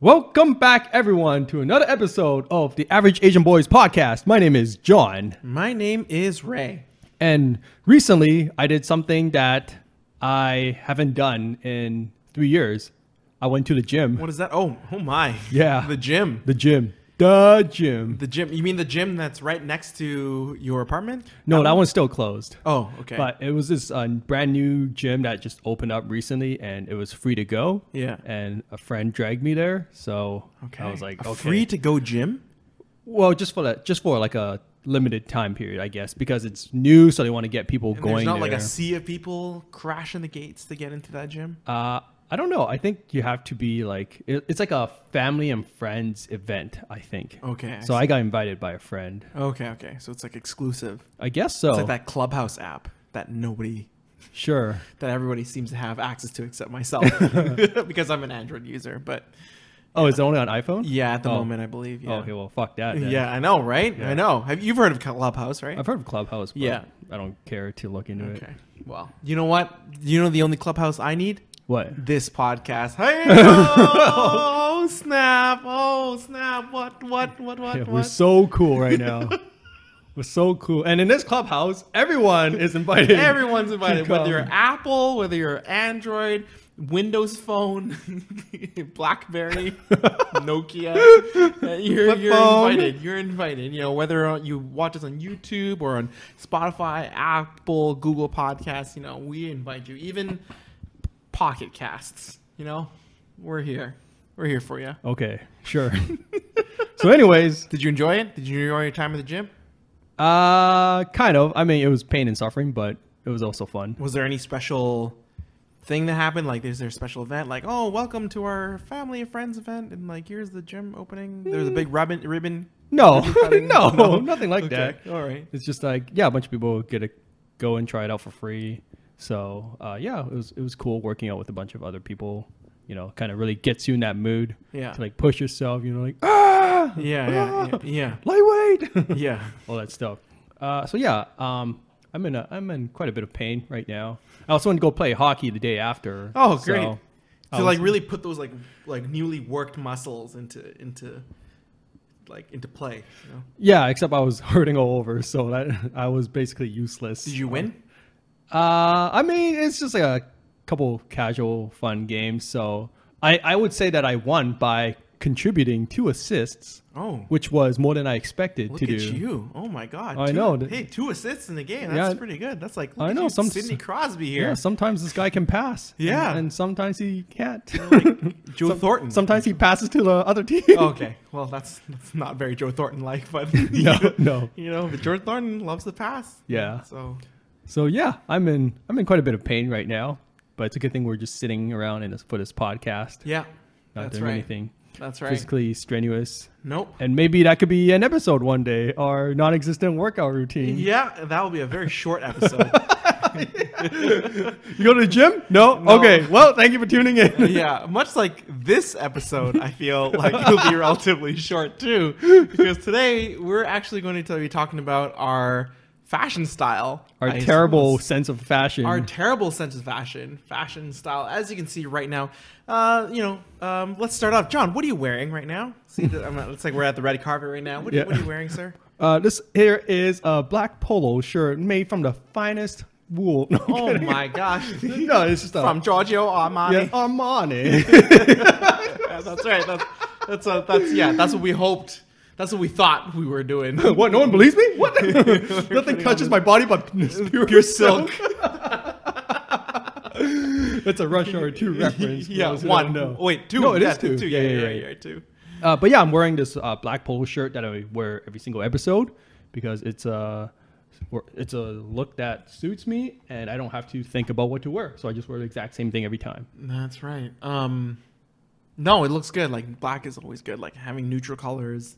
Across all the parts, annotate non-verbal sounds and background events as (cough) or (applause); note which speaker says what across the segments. Speaker 1: Welcome back, everyone, to another episode of the Average Asian Boys podcast. My name is John,
Speaker 2: My name is Ray.
Speaker 1: and recently I did something that I haven't done in three years. I went to the gym.
Speaker 2: What is that? Oh, oh my.
Speaker 1: Yeah.
Speaker 2: The gym.
Speaker 1: The gym. The gym.
Speaker 2: The gym. You mean the gym that's right next to your apartment?
Speaker 1: No, that one's still closed.
Speaker 2: Oh, okay.
Speaker 1: But it was this uh, brand new gym that just opened up recently, and it was free to go.
Speaker 2: Yeah.
Speaker 1: And a friend dragged me there, so
Speaker 2: okay.
Speaker 1: I was like,
Speaker 2: A
Speaker 1: okay.
Speaker 2: free to go gym.
Speaker 1: Well, just for that, just for like a limited time period, I guess, because it's new, so they want to get people
Speaker 2: And
Speaker 1: going
Speaker 2: there's not
Speaker 1: there.
Speaker 2: like a sea of people crashing the gates to get into that gym.
Speaker 1: uh, I don't know. I think you have to be like it, it's like a family and friends event. I think.
Speaker 2: Okay, I
Speaker 1: so I got invited by a friend.
Speaker 2: Okay, okay. So it's like exclusive.
Speaker 1: I guess so.
Speaker 2: It's like that Clubhouse app that nobody,
Speaker 1: Sure.
Speaker 2: that everybody seems to have access to
Speaker 1: (laughs)
Speaker 2: except myself (laughs) because I'm an Android user. But
Speaker 1: Oh, is it only on iPhone?
Speaker 2: yeah, at the
Speaker 1: Oh.
Speaker 2: moment, I believe.
Speaker 1: Oh,
Speaker 2: Yeah.
Speaker 1: okay. Well, fuck that. then.
Speaker 2: yeah, I know, right?
Speaker 1: Yeah.
Speaker 2: I know. Have you've heard of Clubhouse, right?
Speaker 1: I've heard of Clubhouse. But
Speaker 2: Yeah.
Speaker 1: I don't care to look into it.
Speaker 2: Okay. Well, you know what? You know the only clubhouse I need?
Speaker 1: What?
Speaker 2: This (laughs) podcast. Hey! Oh, snap. Oh, snap. What, what, what, what,
Speaker 1: Yeah, we're
Speaker 2: what?
Speaker 1: so cool right
Speaker 2: (laughs)
Speaker 1: now. we're so cool. And in this clubhouse, everyone is invited.
Speaker 2: Everyone's invited,
Speaker 1: Come.
Speaker 2: whether you're Apple, whether you're Android, Windows Phone, (laughs) Blackberry,
Speaker 1: (laughs)
Speaker 2: Nokia. Uh, You're,
Speaker 1: Flip
Speaker 2: you're
Speaker 1: phone.
Speaker 2: invited. You're invited. You know, whether uh, you watch us on YouTube or on Spotify, Apple, Google Podcasts, you know, we invite you. Even Pocket Casts, you know, we're here. We're here for you.
Speaker 1: Okay, sure. (laughs) so, anyways,
Speaker 2: Did you enjoy it? Did you enjoy your time at the gym?
Speaker 1: uh, kind of. I mean, it was pain and suffering, but it was also fun.
Speaker 2: was there any special thing that happened? Like, is there a special event? Like, oh, welcome to our family and friends event, and like, here's the gym opening. There's a big ribbon. Ribbon.
Speaker 1: (laughs) No,
Speaker 2: ribbon
Speaker 1: no,
Speaker 2: cutting?
Speaker 1: nothing like that.
Speaker 2: Okay,
Speaker 1: (laughs)
Speaker 2: All right.
Speaker 1: It's just like, yeah, a bunch of people get to go and try it out for free. So, uh, yeah, it was it was cool working out with a bunch of other people. You know, kind of really gets you in that mood
Speaker 2: Yeah.
Speaker 1: to like push yourself. You know, like ah,
Speaker 2: Yeah, yeah, yeah,
Speaker 1: lightweight.
Speaker 2: (laughs) yeah. yeah.
Speaker 1: (laughs) all that stuff. Uh, so yeah, um, I'm in a, I'm in quite a bit of pain right now. I also want to go play hockey the day after.
Speaker 2: Oh, great.
Speaker 1: So, I
Speaker 2: To
Speaker 1: was-
Speaker 2: like really put those like like newly worked muscles into into like into play. You know?
Speaker 1: yeah, except I was (laughs) hurting all over, so that (laughs) I was basically useless.
Speaker 2: Did you win?
Speaker 1: Uh, I mean, it's just like a couple casual fun games. So I I would say that I won by contributing two assists,
Speaker 2: Oh,
Speaker 1: which was more than I expected
Speaker 2: look
Speaker 1: to
Speaker 2: at
Speaker 1: do.
Speaker 2: you! Oh my God!
Speaker 1: I
Speaker 2: Two-
Speaker 1: know.
Speaker 2: Hey, two assists in the game.
Speaker 1: Yeah.
Speaker 2: That's pretty good. That's like
Speaker 1: I
Speaker 2: look at
Speaker 1: know,
Speaker 2: you,
Speaker 1: some-
Speaker 2: Sidney Crosby here.
Speaker 1: Yeah, sometimes this guy can pass.
Speaker 2: Yeah.
Speaker 1: and, and sometimes he can't.
Speaker 2: Like
Speaker 1: (laughs)
Speaker 2: Joe
Speaker 1: Some-
Speaker 2: Thornton. Oh.
Speaker 1: Sometimes he passes to the other team. (laughs)
Speaker 2: okay. Well, that's, that's not very Joe Thornton like, but you
Speaker 1: no,
Speaker 2: know-
Speaker 1: no.
Speaker 2: (laughs) you know, but Joe Thornton loves the pass.
Speaker 1: Yeah.
Speaker 2: So
Speaker 1: So yeah, I'm in I'm in quite a bit of pain right now, but it's a good thing we're just sitting around in this for this podcast,
Speaker 2: yeah,
Speaker 1: not
Speaker 2: that's
Speaker 1: doing
Speaker 2: right.
Speaker 1: anything
Speaker 2: That's right.
Speaker 1: physically strenuous.
Speaker 2: Nope.
Speaker 1: And maybe that could be an episode one day, our non-existent workout routine.
Speaker 2: Yeah, that will be a very short episode.
Speaker 1: You go to the gym? No?
Speaker 2: No.
Speaker 1: Okay. Well, thank you for tuning in.
Speaker 2: yeah, much like this episode, I feel like it'll be relatively short too, because today we're actually going to be talking about our fashion style,
Speaker 1: (laughs) Our
Speaker 2: I
Speaker 1: terrible
Speaker 2: suppose.
Speaker 1: sense of fashion.
Speaker 2: our terrible sense of fashion, fashion style, as you can see right now. Uh, you know, um, let's start off. John, what are you wearing right now? See, that I'm not, it's like we're at the red carpet right now. What, are-
Speaker 1: Yeah.
Speaker 2: what are you wearing, sir?
Speaker 1: uh, this here is a black polo shirt made from the finest wool. (laughs) No, (laughs) I'm
Speaker 2: Oh
Speaker 1: kidding. (laughs)
Speaker 2: my gosh!
Speaker 1: No, it's just a
Speaker 2: From Giorgio Armani.
Speaker 1: yeah,
Speaker 2: (laughs)
Speaker 1: Armani.
Speaker 2: Yeah, that's right. That's that's, uh, that's yeah. That's what we hoped. That's what we thought we were
Speaker 1: (laughs)
Speaker 2: doing.
Speaker 1: (laughs) what? No one believes me?
Speaker 2: (laughs)
Speaker 1: What? (laughs) Nothing
Speaker 2: kidding,
Speaker 1: touches
Speaker 2: I'm-
Speaker 1: my body but (laughs) pure,
Speaker 2: Pure silk.
Speaker 1: (laughs) That's a Rush Hour
Speaker 2: (laughs)
Speaker 1: 2 reference. for
Speaker 2: yeah,
Speaker 1: those who
Speaker 2: one.
Speaker 1: don't know.
Speaker 2: Wait, two.
Speaker 1: No, it
Speaker 2: yeah,
Speaker 1: is two.
Speaker 2: Yeah, yeah, yeah, yeah, yeah, two.
Speaker 1: Uh, but yeah, I'm wearing this uh, black polo shirt that I wear every single episode because it's a it's a look that suits me, and I don't have to think about what to wear. So I just wear the exact same thing every time.
Speaker 2: That's right. Um, no, it looks good. Like black is always good. Like having neutral colors,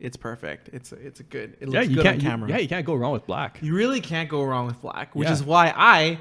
Speaker 2: it's perfect. It's it's a good. It looks
Speaker 1: Yeah, you
Speaker 2: good
Speaker 1: can't.
Speaker 2: on
Speaker 1: you-
Speaker 2: camera.
Speaker 1: yeah, you can't go wrong with black.
Speaker 2: You really can't go wrong with black, which
Speaker 1: Yeah.
Speaker 2: is why I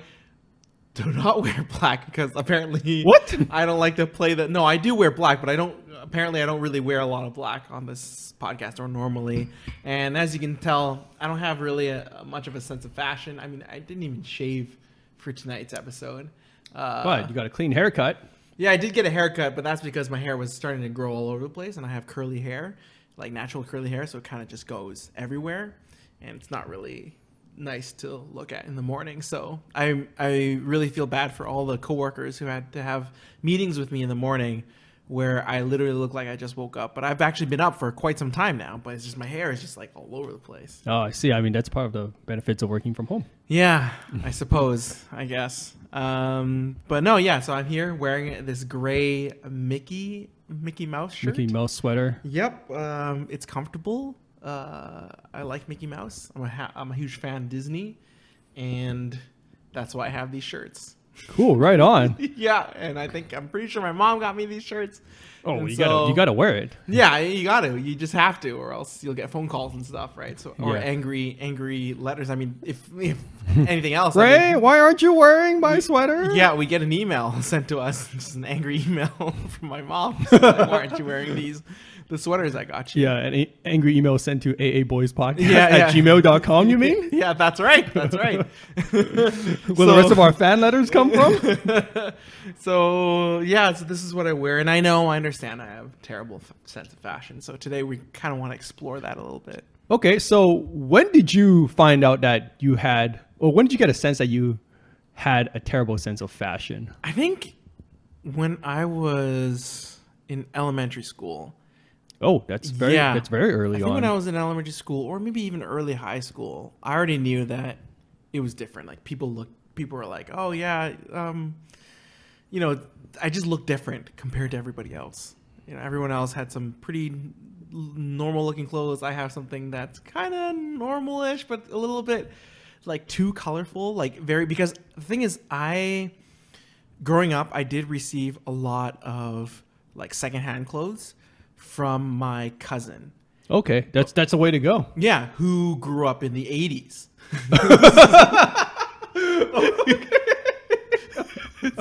Speaker 2: do not (laughs) wear black because apparently
Speaker 1: What?
Speaker 2: I don't like to play that. No, I do wear black, but I don't. Apparently, I don't really wear a lot of black on this podcast or normally. And as you can tell, I don't have really a, a much of a sense of fashion. I mean, I didn't even shave for tonight's episode. Uh,
Speaker 1: but you got a clean haircut.
Speaker 2: Yeah, I did get a haircut, but that's because my hair was starting to grow all over the place, and I have curly hair, like natural curly hair, so it kind of just goes everywhere, and it's not really nice to look at in the morning. So I I really feel bad for all the coworkers who had to have meetings with me in the morning, where I literally look like I just woke up. But I've actually been up for quite some time now, but it's just my hair is just like all over the place.
Speaker 1: Oh, I see. I mean, that's part of the benefits of working from home.
Speaker 2: Yeah,
Speaker 1: (laughs)
Speaker 2: I suppose. I guess. Um, but no, yeah. So I'm here wearing this gray Mickey Mickey Mouse shirt.
Speaker 1: Mickey Mouse sweater.
Speaker 2: Yep. Um, it's comfortable. Uh, I like Mickey Mouse. I'm a ha- I'm a huge fan of Disney, and that's why I have these shirts. (laughs)
Speaker 1: Cool. Right on.
Speaker 2: yeah, and I think I'm pretty sure my mom got me these shirts.
Speaker 1: Oh,
Speaker 2: And
Speaker 1: you
Speaker 2: so-
Speaker 1: gotta you gotta wear it.
Speaker 2: Yeah, you got to. You just have to, or else you'll get phone calls and stuff, right? So or
Speaker 1: Yeah.
Speaker 2: angry angry letters. I mean, if,
Speaker 1: (laughs)
Speaker 2: if anything else, I mean,
Speaker 1: Ray, why aren't you wearing my sweater?
Speaker 2: Yeah, we get an email (laughs) sent to us, just an angry (laughs) email from my mom. So like, Why aren't
Speaker 1: (laughs)
Speaker 2: you wearing these, the sweaters I got you?
Speaker 1: Yeah, an a- angry email sent to aaboyspodcast
Speaker 2: Yeah,
Speaker 1: at
Speaker 2: yeah.
Speaker 1: gmail.com, you mean?
Speaker 2: (laughs) Yeah, that's right.
Speaker 1: (laughs)
Speaker 2: That's right. Where
Speaker 1: Where the rest of our fan letters come
Speaker 2: (laughs)
Speaker 1: from?
Speaker 2: so yeah, so this is what I wear, and I know, I understand, I have terrible f- sense of fashion. So today we kind of want to explore that a little bit.
Speaker 1: okay, so when did you find out that you had, or when did you get a sense that you had a terrible sense of fashion?
Speaker 2: I think when I was in elementary school,
Speaker 1: Oh, that's very
Speaker 2: Yeah.
Speaker 1: that's very early
Speaker 2: I think
Speaker 1: on.
Speaker 2: when I was in elementary school, or maybe even early high school, I already knew that it was different. Like people look, people were like, "Oh yeah, um, you know, I just look different compared to everybody else." You know, everyone else had some pretty normal-looking clothes. I have something that's kind of normal-ish, but a little bit like too colorful. Like very because the thing is, I growing up, I did receive a lot of like secondhand clothes from my cousin.
Speaker 1: okay, that's that's the way to
Speaker 2: (laughs)
Speaker 1: go.
Speaker 2: Yeah, who grew up in the 80s.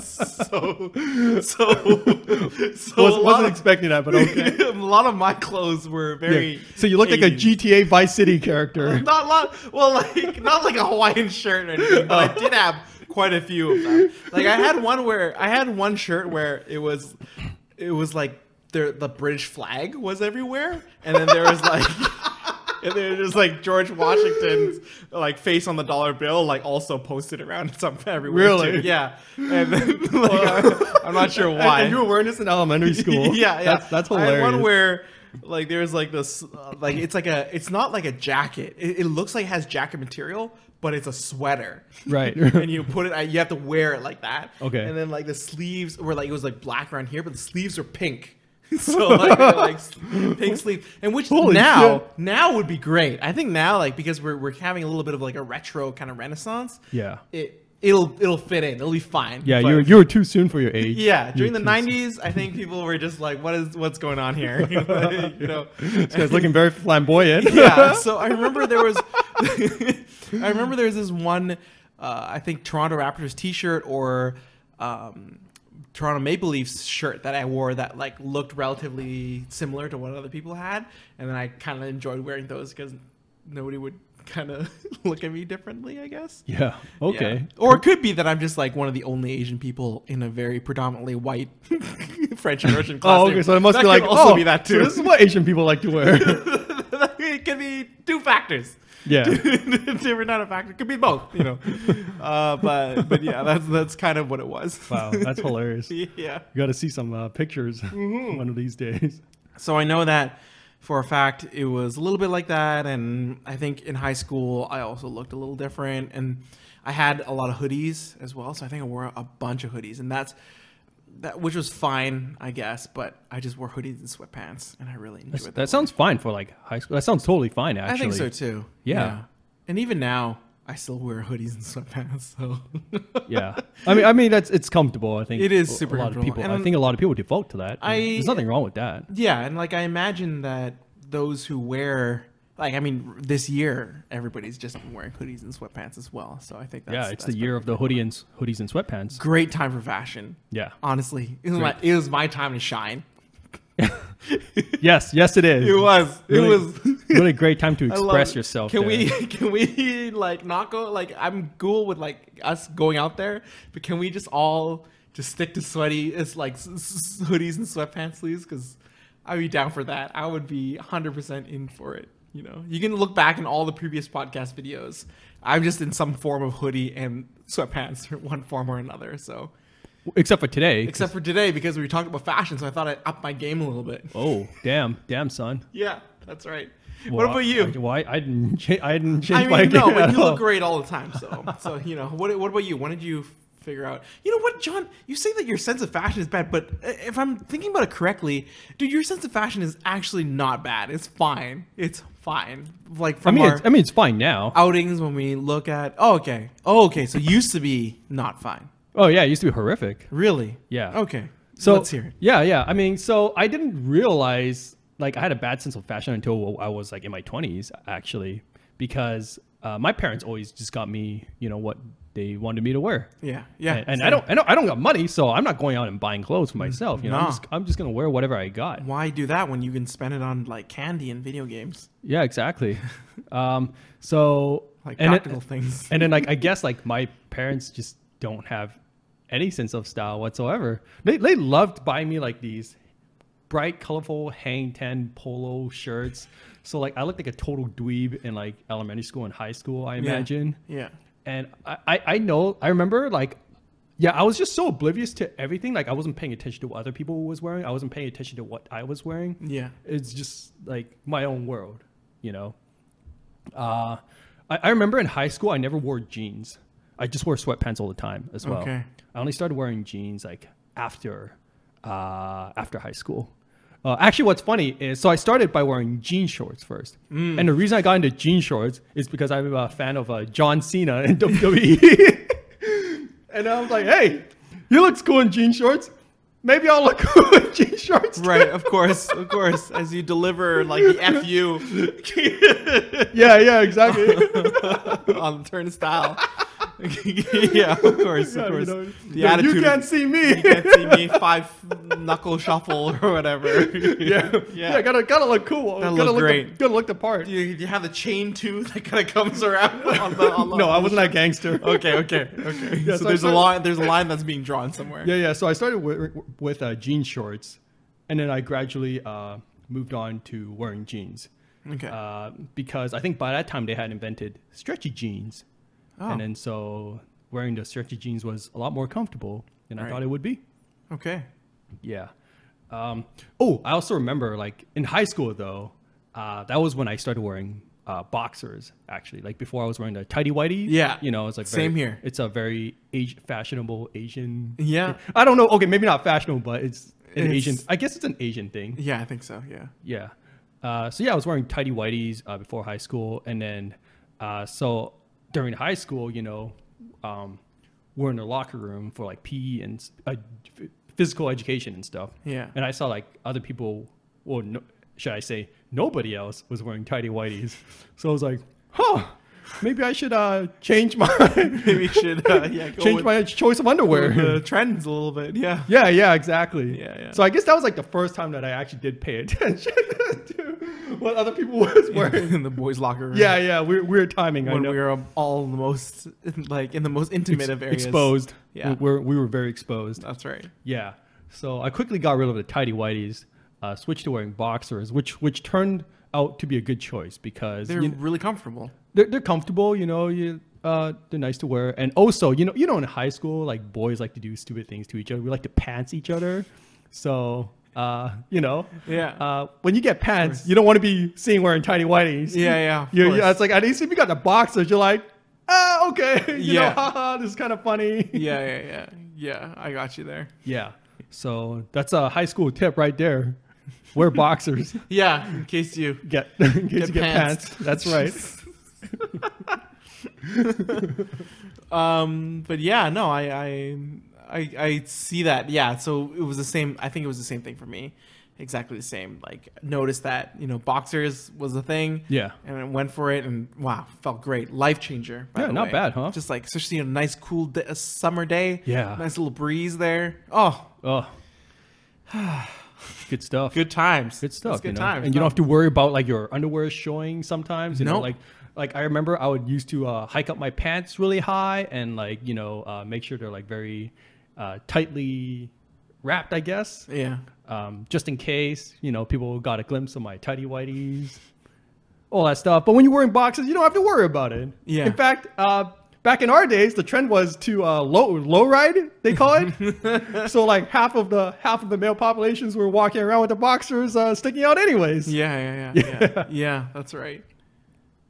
Speaker 2: so, so, so a, lot of,
Speaker 1: expecting that, but
Speaker 2: a lot of my clothes were (laughs) very.
Speaker 1: So you look like a
Speaker 2: 80s.
Speaker 1: GTA Vice City character. (laughs)
Speaker 2: (laughs) Not lot, well, like not like a Hawaiian shirt or anything, but I
Speaker 1: Oh.
Speaker 2: did have quite a few of them. Like I had one where I had one shirt where it was, it was like there the British flag was everywhere, and then there was like. (laughs) And then just like George Washington's like face on the dollar bill, like also posted around (laughs) some everywhere.
Speaker 1: Really?
Speaker 2: too. Yeah. And then (laughs) like, I- I'm not sure why.
Speaker 1: And you were wearing this in
Speaker 2: (laughs)
Speaker 1: elementary school.
Speaker 2: yeah, yeah.
Speaker 1: That's, that's hilarious.
Speaker 2: I had one where like there's like this uh, like it's like a it's not like a jacket. It, it looks like it has jacket material, but it's a sweater.
Speaker 1: Right.
Speaker 2: and you put it you have to wear it like that.
Speaker 1: Okay.
Speaker 2: And then like the sleeves were like it was like black around here, but the sleeves are pink. (laughs) so like, they're, like s- pink sleeve, and which
Speaker 1: Holy
Speaker 2: now
Speaker 1: shit.
Speaker 2: now would be great. I think now like because we're we're having a little bit of like a retro kind of renaissance.
Speaker 1: (laughs) yeah.
Speaker 2: It it'll it'll fit in. It'll be fine.
Speaker 1: Yeah,
Speaker 2: But-
Speaker 1: you were, you were too soon for your age. (laughs) You
Speaker 2: yeah,
Speaker 1: were
Speaker 2: during the
Speaker 1: too
Speaker 2: '90s, I think people were just like, "What is what's going on here?" (laughs) you
Speaker 1: (laughs)
Speaker 2: know.
Speaker 1: soon. This guy's looking very flamboyant.
Speaker 2: (laughs) yeah. So I remember there was, (laughs) I remember there was this one, uh, I think Toronto Raptors T-shirt or um, Toronto Maple Leafs shirt that I wore that like looked relatively similar to what other people had, and then I kind of enjoyed wearing those because nobody would kind of (laughs) look at me differently, I guess.
Speaker 1: (laughs) yeah.
Speaker 2: Yeah.
Speaker 1: Okay.
Speaker 2: Or it could be that I'm just like one of the only Asian people in a very predominantly white (laughs) French and Russian
Speaker 1: (laughs)
Speaker 2: classroom.
Speaker 1: Oh, okay. So it must
Speaker 2: That
Speaker 1: be like
Speaker 2: could also
Speaker 1: oh,
Speaker 2: be that
Speaker 1: so (laughs)
Speaker 2: too. (laughs)
Speaker 1: this is what Asian people like to wear.
Speaker 2: it could be two factors. (laughs)
Speaker 1: yeah.
Speaker 2: Different not a factor. It could be both,
Speaker 1: (laughs)
Speaker 2: you know. Uh, but but yeah, that's that's kind of what it was. (laughs)
Speaker 1: Wow, that's hilarious. You
Speaker 2: yeah.
Speaker 1: got to see some uh, pictures (laughs)
Speaker 2: Mm-hmm.
Speaker 1: one of these days.
Speaker 2: So I know that for a fact it was a little bit like that, and I think in high school I also looked a little different, and I had a lot of hoodies as well. So I think I wore a bunch of hoodies, and that's that, which was fine, I guess. But I just wore hoodies and sweatpants, and I really enjoyed that.
Speaker 1: That sounds fine for like high school. That sounds totally fine, actually.
Speaker 2: I think so too.
Speaker 1: Yeah.
Speaker 2: and even now I still wear hoodies and (laughs) sweatpants. So
Speaker 1: Yeah. I mean, I mean that's it's comfortable. I think
Speaker 2: It is
Speaker 1: a-
Speaker 2: super
Speaker 1: a lot of
Speaker 2: comfortable.
Speaker 1: people.
Speaker 2: And
Speaker 1: I think a lot of people default to that.
Speaker 2: I-
Speaker 1: There's nothing wrong with that.
Speaker 2: Yeah, and like I imagine that those who wear like I mean this year everybody's just been wearing hoodies and sweatpants as well. So I think that's
Speaker 1: yeah, it's the
Speaker 2: that's
Speaker 1: year of the hoodie and s- hoodies and sweatpants.
Speaker 2: great time for fashion.
Speaker 1: Yeah.
Speaker 2: Honestly, it was, my, it was my time to shine.
Speaker 1: Yes, yes, it
Speaker 2: (laughs)
Speaker 1: is.
Speaker 2: It was. It
Speaker 1: Really- (laughs)
Speaker 2: was.
Speaker 1: What a great time to
Speaker 2: (laughs) I love
Speaker 1: express
Speaker 2: it.
Speaker 1: yourself.
Speaker 2: Can
Speaker 1: there.
Speaker 2: we? (laughs) Can we like not go? Like I'm cool with like us going out there, but can we just all Just stick to sweaty, it's like s- s- hoodies and sweatpants sleeves because I'd be down for that. I would be 100% in for it. You know, you can look back in all the previous podcast videos. I'm just in some form of hoodie and sweatpants, (laughs) or one form or another. So,
Speaker 1: Except for today. 'cause-
Speaker 2: except for today because we talked about fashion, so I thought I'd up my game a little bit.
Speaker 1: oh, damn, damn, son.
Speaker 2: Yeah, that's right.
Speaker 1: Well,
Speaker 2: what about
Speaker 1: I,
Speaker 2: you?
Speaker 1: why I didn't change. I didn't change
Speaker 2: I
Speaker 1: my
Speaker 2: mean, no,
Speaker 1: opinion
Speaker 2: but
Speaker 1: at
Speaker 2: you
Speaker 1: all.
Speaker 2: (laughs) look great all the time. So, so you know, what what about you? When did you figure out? You know what, John? You say that your sense of fashion is bad, but uh, if I'm thinking about it correctly, dude, your sense of fashion is actually not bad. It's fine. It's fine. Like
Speaker 1: I
Speaker 2: from
Speaker 1: mean,
Speaker 2: our
Speaker 1: it's, I mean, it's fine now.
Speaker 2: outings when we look at. Oh, okay. Oh, okay. So used to be not fine.
Speaker 1: Oh yeah, it used to be horrific.
Speaker 2: Really?
Speaker 1: Yeah.
Speaker 2: Okay.
Speaker 1: So
Speaker 2: let's hear it.
Speaker 1: Yeah, yeah. I mean, so I didn't realize like I had a bad sense of fashion until I was like in my twenties, actually, because uh, my parents always just got me, you know, what they wanted me to wear.
Speaker 2: Yeah. Yeah.
Speaker 1: And, and I
Speaker 2: same. Mm,
Speaker 1: don't, I don't, I don't got money, so I'm not going out and buying clothes for myself. You know, I'm
Speaker 2: Nah.
Speaker 1: just, I'm just gonna wear whatever I got.
Speaker 2: Why do that when you can spend it on like candy and video games,
Speaker 1: Yeah, exactly. (laughs) um, so
Speaker 2: like
Speaker 1: and it-
Speaker 2: practical
Speaker 1: (laughs)
Speaker 2: things?
Speaker 1: and then like I guess like my parents just don't have any sense of style whatsoever. They they loved buying me like these bright, colorful hang ten polo shirts. So like I looked like a total dweeb in like elementary school and high school, I imagine.
Speaker 2: Yeah.
Speaker 1: And I, I I know I remember like yeah, I was just so oblivious to everything. Like I wasn't paying attention to what other people was wearing. I wasn't paying attention to what I was wearing
Speaker 2: Yeah.
Speaker 1: it's just like my own world, you know. Uh, I, I remember in high school, I never wore jeans. I just wore sweatpants all the time as well.
Speaker 2: Okay.
Speaker 1: I only started wearing jeans like after, uh, after high school. Uh, actually, what's funny is so I started by wearing jean shorts first,
Speaker 2: Mm.
Speaker 1: and the reason I got into jean shorts is because I'm a fan of uh, John Cena in (laughs) WWE. and I was like, "Hey, he looks cool in jean shorts. Maybe I'll look (laughs) cool in jean shorts." too."
Speaker 2: Right, of course, of course. As you deliver like the fu
Speaker 1: (laughs) Yeah, yeah,
Speaker 2: (laughs)
Speaker 1: exactly.
Speaker 2: on the turnstile. (laughs) yeah, of course, of
Speaker 1: Yeah, you
Speaker 2: course.
Speaker 1: know,
Speaker 2: the
Speaker 1: yeah,
Speaker 2: attitude.
Speaker 1: You
Speaker 2: of-
Speaker 1: can't see me. (laughs)
Speaker 2: (laughs) you can't see me five knuckle shuffle or whatever.
Speaker 1: (laughs) yeah. yeah, Gotta gotta look cool. gotta
Speaker 2: Gotta look
Speaker 1: look The,
Speaker 2: great.
Speaker 1: gotta look the part.
Speaker 2: you, you have the chain too that kind of comes around
Speaker 1: (laughs)
Speaker 2: on the. On the
Speaker 1: no, I wasn't that gangster.
Speaker 2: (laughs) Okay, okay, okay.
Speaker 1: Yeah,
Speaker 2: so,
Speaker 1: so I
Speaker 2: there's a
Speaker 1: started-
Speaker 2: line. There's a line that's being drawn somewhere.
Speaker 1: Yeah, yeah. So I started with, with uh, jean shorts, and then I gradually uh, moved on to wearing jeans
Speaker 2: Okay.
Speaker 1: uh, because I think by that time they had invented stretchy jeans,
Speaker 2: Oh.
Speaker 1: and then so wearing the stretchy jeans was a lot more comfortable than I
Speaker 2: Right.
Speaker 1: thought it would be.
Speaker 2: okay.
Speaker 1: Yeah. Um, oh, I also remember like in high school though, uh, that was when I started wearing uh, boxers actually. Like before I was wearing the tidy whitey.
Speaker 2: Yeah.
Speaker 1: You know, it's like
Speaker 2: Same
Speaker 1: very-
Speaker 2: here.
Speaker 1: It's a very age fashionable Asian.
Speaker 2: Yeah.
Speaker 1: I don't know. Okay, maybe not fashionable, but it's an
Speaker 2: It's-
Speaker 1: Asian. I guess it's an Asian thing.
Speaker 2: Yeah, I think so. Yeah.
Speaker 1: Yeah. Uh, so yeah, I was wearing tidy whiteys uh, before high school, and then uh, so during high school, you know, um, we're in the locker room for like PE and s- uh, ph- physical education and stuff.
Speaker 2: Yeah.
Speaker 1: And I saw like other people, or no, should I say, nobody else was wearing tidy whiteys. (laughs) So I was like, huh, maybe I should uh, change my
Speaker 2: (laughs) Maybe you should uh,
Speaker 1: (laughs)
Speaker 2: yeah go
Speaker 1: change
Speaker 2: with
Speaker 1: my choice of underwear.
Speaker 2: the trends a little bit.
Speaker 1: (laughs)
Speaker 2: Yeah.
Speaker 1: Yeah, yeah, exactly.
Speaker 2: Yeah, yeah.
Speaker 1: So I guess that was like the first time that I actually did pay (laughs) attention to what other people was wearing.
Speaker 2: (laughs) in the boys' locker room.
Speaker 1: Yeah, yeah, weird, weird timing. I
Speaker 2: when
Speaker 1: know.
Speaker 2: we were all the most like in the most intimate of areas.
Speaker 1: exposed.
Speaker 2: Yeah.
Speaker 1: we we're, we were very exposed.
Speaker 2: That's right.
Speaker 1: Yeah. So I quickly got rid of the tidy whities, uh, switched to wearing boxers, which which turned out to be a good choice because
Speaker 2: They're
Speaker 1: you-
Speaker 2: really comfortable.
Speaker 1: they're, they're comfortable, you know, you, uh, they're nice to wear. And also, you know, you know, in high school, like boys like to do stupid things to each other. We like to pants each other. So, uh, you know,
Speaker 2: Yeah.
Speaker 1: uh, when you get pants, you don't want to be seen wearing tiny whities.
Speaker 2: Yeah, yeah, of
Speaker 1: You,
Speaker 2: course.
Speaker 1: it's like, at least if you got the boxers, you're like, ah, okay. (laughs) You
Speaker 2: Yeah.
Speaker 1: know, haha, this is kind of funny.
Speaker 2: Yeah, yeah, yeah, yeah. I got you there.
Speaker 1: Yeah. So that's a high school tip right there. Wear boxers.
Speaker 2: Yeah, in case you
Speaker 1: (laughs) Get, (laughs) in case
Speaker 2: Get
Speaker 1: you get
Speaker 2: pants.
Speaker 1: pants. That's right.
Speaker 2: (laughs) Um, but yeah, no, I, I, I, I see that. Yeah, so it was the same. I think it was the same thing for me, exactly the same. Like, noticed that you know boxers was a thing.
Speaker 1: (laughs) Yeah.
Speaker 2: and I went for it, and wow, felt great. Life changer. by
Speaker 1: Yeah,
Speaker 2: the
Speaker 1: not
Speaker 2: way.
Speaker 1: bad, huh?
Speaker 2: Just like especially a nice, cool day, a summer day.
Speaker 1: Yeah.
Speaker 2: nice little breeze there. Oh,
Speaker 1: Oh. (sighs) Good stuff.
Speaker 2: good times.
Speaker 1: good stuff.
Speaker 2: That's good
Speaker 1: you know?
Speaker 2: times.
Speaker 1: and you
Speaker 2: No.
Speaker 1: don't have to worry about like your underwear showing sometimes. You know,
Speaker 2: Nope.
Speaker 1: like like I remember I would used to uh, hike up my pants really high and like you know uh, make sure they're like very uh, tightly wrapped, I guess,
Speaker 2: Yeah.
Speaker 1: um, just in case you know people got a glimpse of my tidy whities, all that stuff. But when you're wearing boxes, you don't have to worry about it.
Speaker 2: Yeah.
Speaker 1: In fact, uh, back in our days, the trend was to uh, low low ride they call (laughs) it. so like half of the half of the male populations were walking around with the boxers uh, sticking out, anyways.
Speaker 2: Yeah, yeah,
Speaker 1: (laughs)
Speaker 2: yeah, yeah. yeah, that's right.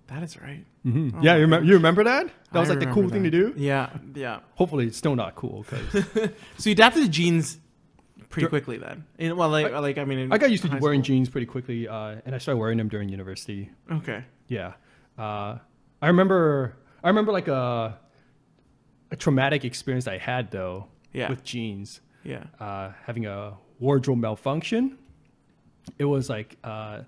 Speaker 2: That is right.
Speaker 1: Mhm. yeah, you remember, you remember that? That was
Speaker 2: Oh, I
Speaker 1: like the
Speaker 2: remember
Speaker 1: cool thing to do.
Speaker 2: that. Yeah, yeah.
Speaker 1: Hopefully, it's still not cool (laughs) because
Speaker 2: So you adapted to jeans pretty
Speaker 1: Dur-
Speaker 2: quickly then. In, well, like,
Speaker 1: I-
Speaker 2: like I mean, in
Speaker 1: I got used to
Speaker 2: high
Speaker 1: wearing
Speaker 2: school.
Speaker 1: jeans pretty quickly, uh, and I started wearing them during university.
Speaker 2: Okay.
Speaker 1: Yeah, uh, I remember. I remember like a a traumatic experience I had though
Speaker 2: Yeah.
Speaker 1: with jeans,
Speaker 2: Yeah.
Speaker 1: uh, having a wardrobe malfunction. It was like uh,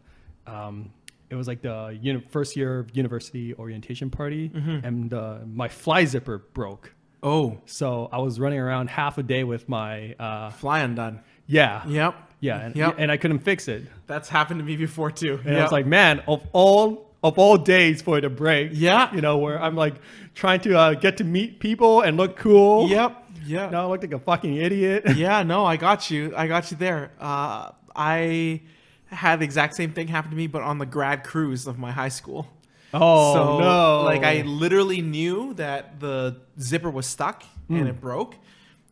Speaker 1: um, it was like the uni- first year of university orientation party,
Speaker 2: Mm-hmm.
Speaker 1: and uh, my fly zipper broke.
Speaker 2: Oh,
Speaker 1: So I was running around half a day with my uh,
Speaker 2: fly undone.
Speaker 1: yeah
Speaker 2: Yep.
Speaker 1: yeah and,
Speaker 2: Yep.
Speaker 1: and I couldn't fix it.
Speaker 2: That's happened to me before too.
Speaker 1: And I
Speaker 2: Yep.
Speaker 1: was like, man, of all of all days for the break,
Speaker 2: Yeah.
Speaker 1: you know, where I'm like trying to uh, get to meet people and look cool.
Speaker 2: Yep. Yeah.
Speaker 1: Now I look like a fucking idiot.
Speaker 2: yeah, no, I got you. I got you there. Uh, I had the exact same thing happen to me, but on the grad cruise of my high school.
Speaker 1: (laughs) oh no!
Speaker 2: Like I literally knew that the zipper was stuck
Speaker 1: Hmm.
Speaker 2: and it broke,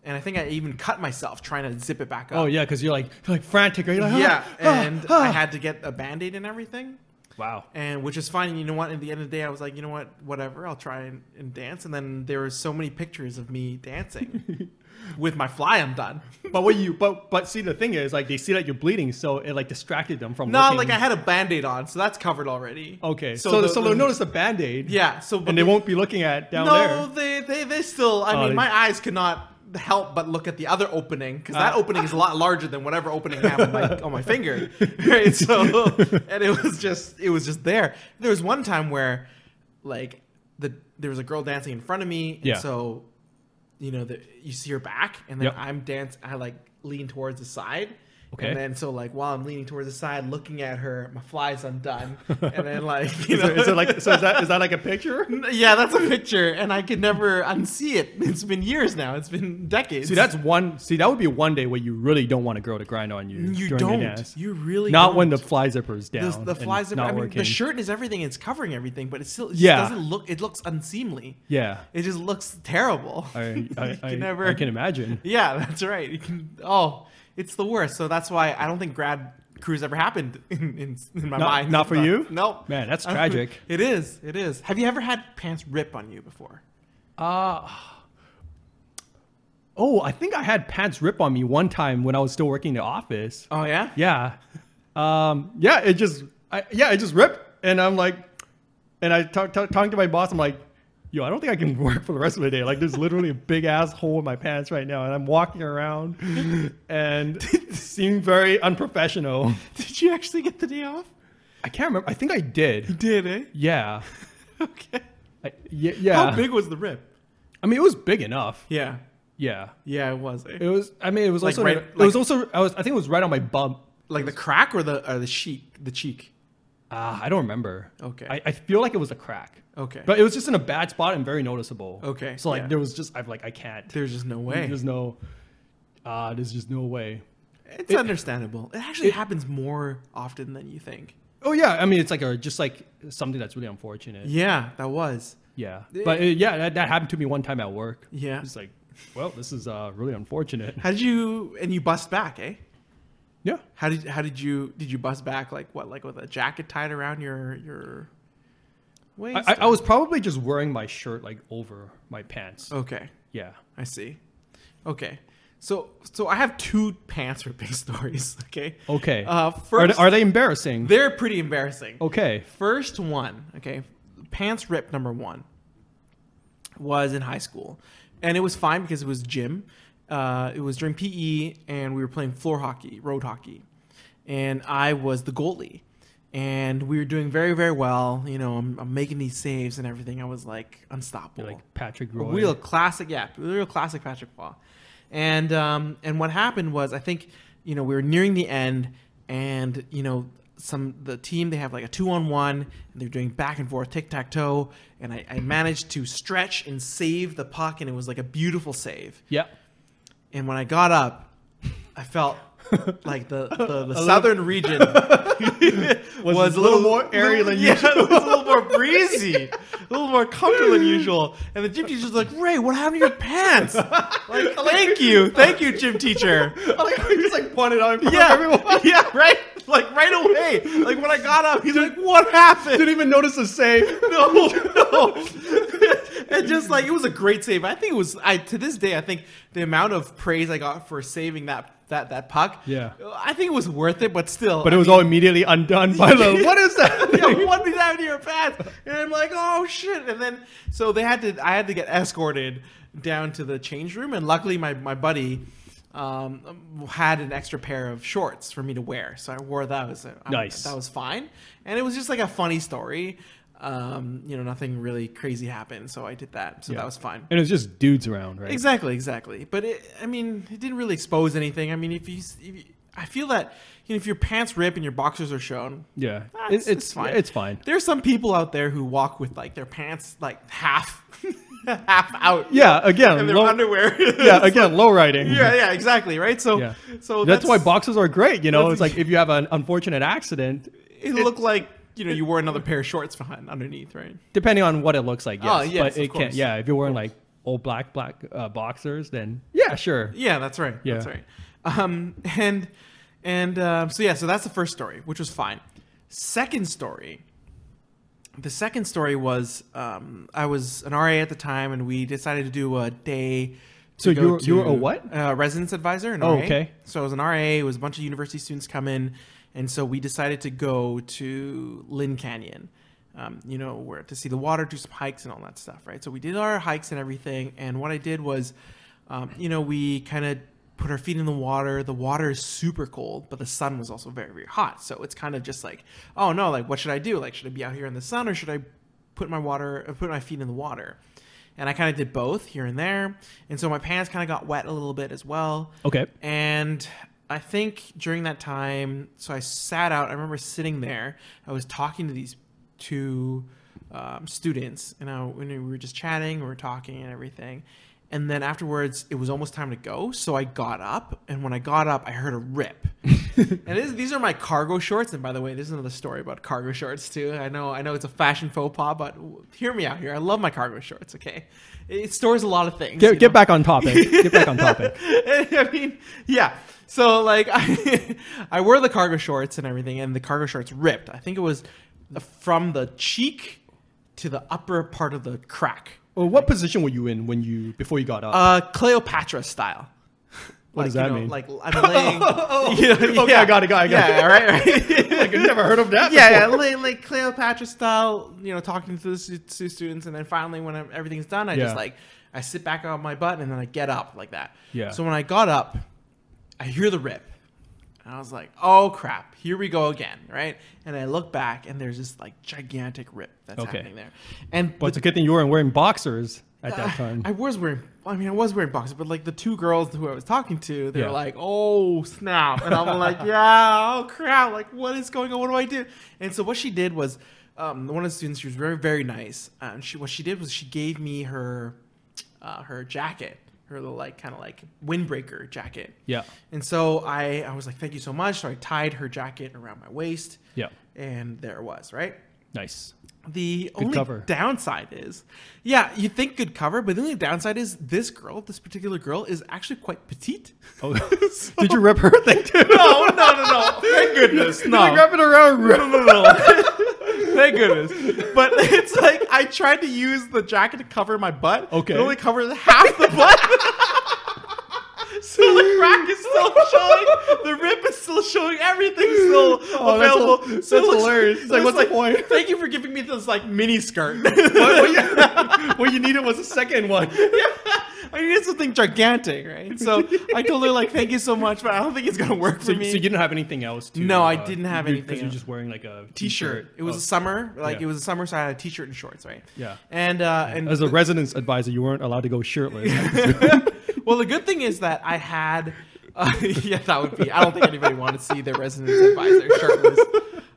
Speaker 2: and I think I even cut myself trying to zip it back up.
Speaker 1: Oh yeah, because you're like you're like frantic. You're like, "Ah,
Speaker 2: yeah,
Speaker 1: (laughs) ah,
Speaker 2: and
Speaker 1: ah."
Speaker 2: I had to get a band-aid and everything,
Speaker 1: wow.
Speaker 2: and which is fine. You know what? At the end of the day, I was like, you know what? Whatever. I'll try and, and dance. And then there were so many pictures of me
Speaker 1: (laughs)
Speaker 2: dancing with my fly undone.
Speaker 1: But what you but but see the thing is like they see that you're bleeding, so it like distracted them from.
Speaker 2: No,
Speaker 1: looking-
Speaker 2: like I had a band-aid on, so that's covered already.
Speaker 1: Okay, so so, they'll notice the band aid.
Speaker 2: Yeah, so but
Speaker 1: and they won't be looking at down
Speaker 2: No,
Speaker 1: there.
Speaker 2: they they they still. I
Speaker 1: Oh,
Speaker 2: mean,
Speaker 1: they-
Speaker 2: my eyes cannot help but look at the other opening because that
Speaker 1: Ah.
Speaker 2: opening is a lot larger than whatever opening I have on my, on my
Speaker 1: (laughs)
Speaker 2: finger. Right. So, and it was just it was just there. There was one time where, like, the there was a girl dancing in front of me, and
Speaker 1: Yeah.
Speaker 2: so, you know, the, you see her back, and then
Speaker 1: Yep.
Speaker 2: I'm dance. I like lean towards the side.
Speaker 1: Okay.
Speaker 2: And then so like while I'm leaning towards the side, looking at her, my fly's
Speaker 1: (laughs)
Speaker 2: undone. And then like you
Speaker 1: Is
Speaker 2: know,
Speaker 1: it- is it like so? Is that is that like a
Speaker 2: (laughs)
Speaker 1: picture?
Speaker 2: yeah, that's a picture, and I could never unsee it. It's been years now. It's been decades.
Speaker 1: See, that's one. See, that would be one day where you really don't want a girl to grind on you.
Speaker 2: you
Speaker 1: during
Speaker 2: don't.
Speaker 1: Your dance.
Speaker 2: You really
Speaker 1: not when the
Speaker 2: don't.
Speaker 1: fly zipper is down.
Speaker 2: the,
Speaker 1: and
Speaker 2: the flies.
Speaker 1: not
Speaker 2: I mean,
Speaker 1: working.
Speaker 2: the shirt is everything. It's covering everything, but it still it
Speaker 1: Yeah.
Speaker 2: just doesn't look. It looks unseemly. (laughs)
Speaker 1: Yeah,
Speaker 2: It just looks terrible.
Speaker 1: I, I,
Speaker 2: You
Speaker 1: I,
Speaker 2: can never-
Speaker 1: I can imagine.
Speaker 2: Yeah, that's right. You can. Oh, it's the worst. So that's why I don't think grad cruise ever happened (laughs) in, in, in my
Speaker 1: Not-
Speaker 2: mind.
Speaker 1: not for you?
Speaker 2: No.
Speaker 1: Man,
Speaker 2: (laughs)
Speaker 1: that's
Speaker 2: I don't-
Speaker 1: tragic.
Speaker 2: It is. It is. Have you ever had pants rip on you before?
Speaker 1: Uh,
Speaker 2: Ah.
Speaker 1: oh, I think I had pants rip on me one time when I was still working in the office.
Speaker 2: Oh yeah.
Speaker 1: Yeah, um, yeah, it just, I, yeah, it just ripped, and I'm like, and I talk, talk, talking to my boss, I'm like. Yo, I don't think I can (laughs) work for the rest of the day. Like, there's literally a big ass hole in my pants right now, and I'm walking (laughs) around, and it seemed very unprofessional.
Speaker 2: (laughs) Did you actually get the day off?
Speaker 1: I can't remember. I think I did.
Speaker 2: Did eh?
Speaker 1: Yeah.
Speaker 2: (laughs) okay.
Speaker 1: I, yeah. yeah.
Speaker 2: How big was the rip?
Speaker 1: I mean, it was big enough.
Speaker 2: Yeah.
Speaker 1: Yeah.
Speaker 2: Yeah, it was. eh?
Speaker 1: It was. I mean, it was
Speaker 2: Like
Speaker 1: also.
Speaker 2: right-
Speaker 1: it was also. I was. I think it was right on my bum.
Speaker 2: like the crack or the or the cheek, the cheek.
Speaker 1: Ah, I don't remember.
Speaker 2: Okay.
Speaker 1: I, I feel like it was a crack,
Speaker 2: Okay.
Speaker 1: but it was just in a bad spot and very noticeable.
Speaker 2: Okay,
Speaker 1: So like,
Speaker 2: yeah.
Speaker 1: there was just. I'm like, I can't.
Speaker 2: there's just no way.
Speaker 1: There's no. Ah, there's just no way.
Speaker 2: it's understandable. It actually happens more often than you think.
Speaker 1: Oh yeah. I mean, it's like a just like something that's really unfortunate.
Speaker 2: Yeah, that was.
Speaker 1: Yeah. But uh, yeah, that, that happened to me one time at work.
Speaker 2: Yeah.
Speaker 1: It's like, well, this is uh really (laughs) unfortunate.
Speaker 2: How did you and you bust back, eh?
Speaker 1: Yeah.
Speaker 2: How did how did you did you bust back like what like with a jacket tied around your your waist?
Speaker 1: I, I, I was probably just wearing my shirt like over my pants.
Speaker 2: okay.
Speaker 1: Yeah.
Speaker 2: I see. Okay. So so I have two pants ripping (laughs) stories. Okay.
Speaker 1: Okay.
Speaker 2: Uh,
Speaker 1: are, they,
Speaker 2: first,
Speaker 1: are they embarrassing?
Speaker 2: they're pretty embarrassing.
Speaker 1: okay.
Speaker 2: First one, okay, pants rip number one was in high school, and it was fine because it was gym. Uh, it was during PE, and we were playing floor hockey, road hockey, and I was the goalie, and we were doing very very well. You know, I'm, I'm making these saves and everything. I was like unstoppable.
Speaker 1: Like Patrick
Speaker 2: A
Speaker 1: Roy.
Speaker 2: real classic, yeah, a real classic Patrick Paul. And um, and what happened was, I think you know we were nearing the end, and you know some the team they have like a two on one, and they're doing back and forth tic tac toe, and I, I managed to stretch and save the puck, and it was like a beautiful save.
Speaker 1: Yeah.
Speaker 2: And when I got up, I felt like (laughs) the, the, the
Speaker 1: little-
Speaker 2: southern (laughs) region was,
Speaker 1: a little more airy than
Speaker 2: (laughs) yeah, it was a little more (laughs) breezy, a little more comfortable than usual. And the gym teacher's like, Ray, what happened to your (laughs) pants? Like, (laughs) thank you, thank you, gym teacher.
Speaker 1: (laughs) I like how you just like pointed out in front
Speaker 2: (laughs) Yeah,
Speaker 1: of everyone.
Speaker 2: (laughs) yeah, right, like right away. Like when I got up, he's like, what
Speaker 1: (laughs)
Speaker 2: happened? (laughs)
Speaker 1: Didn't even notice the (laughs) save.
Speaker 2: no, no. and just like it was a great save. I think it was. I to this day, I think the amount of praise I got for saving that that that puck.
Speaker 1: Yeah.
Speaker 2: I think it was worth it. But
Speaker 1: (laughs)
Speaker 2: still,
Speaker 1: But it was all immediately undone by the. (laughs) What is that? (laughs)
Speaker 2: (laughs) yeah, what did that to your pants? And I'm like, oh shit! And then so they had to. I had to get escorted down to the change room, and luckily my my buddy. Um, had an extra pair of shorts for me to wear, so I wore those. I-
Speaker 1: Nice.
Speaker 2: That was fine, and it was just like a funny story. Um, you know, nothing really crazy happened, so I did that. So
Speaker 1: Yeah.
Speaker 2: that was fine.
Speaker 1: And it was just dudes around, right?
Speaker 2: Exactly, exactly. But it, I mean, it didn't really expose anything. I mean, if you, s- if you I feel that you know, if your pants rip and your boxers are shown,
Speaker 1: Yeah,
Speaker 2: Ah,
Speaker 1: it, it's, fine. It's fine.
Speaker 2: there's some people out there who walk with like their pants like half, (laughs) half out.
Speaker 1: Yeah, again,
Speaker 2: and their
Speaker 1: low,
Speaker 2: underwear.
Speaker 1: yeah,
Speaker 2: (laughs)
Speaker 1: again, low (laughs) riding.
Speaker 2: yeah, yeah, exactly. Right. So,
Speaker 1: Yeah.
Speaker 2: so
Speaker 1: that's, why boxes are great. You know,
Speaker 2: that's-
Speaker 1: it's like if you have an unfortunate accident,
Speaker 2: it looked like you know you wore another pair of shorts behind underneath, right?
Speaker 1: depending on what it looks like. Yes,
Speaker 2: Oh, yes,
Speaker 1: but
Speaker 2: of
Speaker 1: it can't.
Speaker 2: course.
Speaker 1: Yeah, if you're wearing like old black black uh, boxers, then yeah, sure.
Speaker 2: Yeah, that's right. That's
Speaker 1: Yeah.
Speaker 2: right. Um, and and um, so yeah, so that's the first story, which was fine. Second story. The second story was um, I was an RA at the time, and we decided to do a day. to
Speaker 1: So
Speaker 2: go
Speaker 1: you were- you were a
Speaker 2: to,
Speaker 1: what?
Speaker 2: Uh, residence advisor. An
Speaker 1: Oh,
Speaker 2: RA.
Speaker 1: okay.
Speaker 2: So I was an RA. It was a bunch of university students come in, and so we decided to go to Lynn Canyon. Um, you know, where to see the water, do some hikes and all that stuff, right? So we did our hikes and everything. And what I did was, um, you know, we kind of put our feet in the water. The water is super cold, but the sun was also very, very hot. So it's kind of just like, oh no, like what should I do? Like, should I be out here in the sun or should I put my water, uh, put my feet in the water? And I kind of did both here and there. And so my pants kind of got wet a little bit as well.
Speaker 1: (laughs) Okay.
Speaker 2: And I think during that time, so I sat out. I remember sitting there. I was talking to these two um, students, and I, when we were just chatting, we were talking and everything. And then afterwards, it was almost time to go. So I got up, and when I got up, I heard
Speaker 1: (laughs)
Speaker 2: a rip. and this, these are my cargo shorts. And by the way, this is another story about cargo shorts too. I know, I know, it's a fashion faux pas, but w- hear me out here. I love my cargo shorts. Okay, it stores a lot of things. you
Speaker 1: Get,
Speaker 2: know?
Speaker 1: get back on topic. (laughs) Get back on topic.
Speaker 2: (laughs) I mean, yeah. So like, (laughs) I, I wore the cargo shorts and everything, and the cargo shorts ripped. I think it was the- from the cheek to the upper part of the crack,
Speaker 1: Well, what position were you in when you before you got up?
Speaker 2: uh, Cleopatra style.
Speaker 1: What
Speaker 2: like,
Speaker 1: does
Speaker 2: you
Speaker 1: that
Speaker 2: know,
Speaker 1: mean?
Speaker 2: Like I'm laying.
Speaker 1: (laughs)
Speaker 2: (laughs)
Speaker 1: oh,
Speaker 2: Yeah,
Speaker 1: okay,
Speaker 2: yeah.
Speaker 1: I got it. Got it. Got
Speaker 2: yeah,
Speaker 1: it.
Speaker 2: right,
Speaker 1: (laughs)
Speaker 2: right.
Speaker 1: (laughs) like I've never heard of that.
Speaker 2: yeah, yeah,
Speaker 1: before.
Speaker 2: like, like Cleopatra style, you know, talking to the stu- stu- students, and then finally when I'm, everything's done, I just
Speaker 1: Yeah.
Speaker 2: like I sit back on my butt and then I get up like that.
Speaker 1: Yeah.
Speaker 2: So when I got up, I hear the rip, and I was like, "Oh crap, here we go again!" Right? And I look back, and there's this like gigantic rip that's
Speaker 1: Okay.
Speaker 2: happening there, and
Speaker 1: But it's a good thing you weren't wearing boxers at (laughs) that time.
Speaker 2: I was wearing. I mean, I was wearing boxers, but like the two girls who I was talking to, they
Speaker 1: Yeah.
Speaker 2: were like, "Oh snap!" And I'm like, (laughs) "Yeah, oh crap! Like, what is going on? What do I do?" And so what she did was, um, one of the students, she was very, very nice. Um, she what she did was she gave me her, uh, her jacket, her little like kind of like windbreaker jacket.
Speaker 1: yeah.
Speaker 2: And so I, I was like, "Thank you so much." So I tied her jacket around my waist,
Speaker 1: Yeah.
Speaker 2: and there it was right. (laughs)
Speaker 1: Nice.
Speaker 2: The only
Speaker 1: cover.
Speaker 2: downside is, yeah, you think good cover, but the only downside is this girl, this particular girl, is actually quite petite. (laughs)
Speaker 1: Oh, did you rip her thing too?
Speaker 2: No, no, no, no. Thank goodness.
Speaker 1: Did you wrap it around?
Speaker 2: No,
Speaker 1: (laughs)
Speaker 2: no, no. Thank goodness. But (laughs) it's like I tried to use the jacket to cover my butt.
Speaker 1: Okay.
Speaker 2: It only covers half the butt. (laughs) so the crack is still showing. The rip is still showing. Everything's still
Speaker 1: Oh, that's
Speaker 2: available.
Speaker 1: hil-
Speaker 2: So it
Speaker 1: that's
Speaker 2: looks-
Speaker 1: hilarious. It's
Speaker 2: so
Speaker 1: like, what's the point?
Speaker 2: Thank you for giving me this like mini skirt. (laughs)
Speaker 1: what, what you, what you needed was a second one.
Speaker 2: I needed something gigantic, right? So I told her like, "Thank you so much, but I don't think it's gonna work
Speaker 1: (laughs)
Speaker 2: for
Speaker 1: So, so
Speaker 2: me."
Speaker 1: you didn't have anything else? To, uh,
Speaker 2: No, I didn't have
Speaker 1: you-
Speaker 2: anything
Speaker 1: You're
Speaker 2: else.
Speaker 1: just wearing like a
Speaker 2: t-shirt. It was
Speaker 1: Oh,
Speaker 2: a summer, like
Speaker 1: Yeah.
Speaker 2: it was a summer, so I had a t-shirt and shorts, right?
Speaker 1: Yeah.
Speaker 2: And uh,
Speaker 1: (laughs)
Speaker 2: and
Speaker 1: as a residence advisor, you weren't allowed to go shirtless.
Speaker 2: (laughs)
Speaker 1: (laughs)
Speaker 2: well, the good thing is that I had. Uh, (laughs) yeah, that would be. I don't think anybody wanted to see their residence advisor shirtless.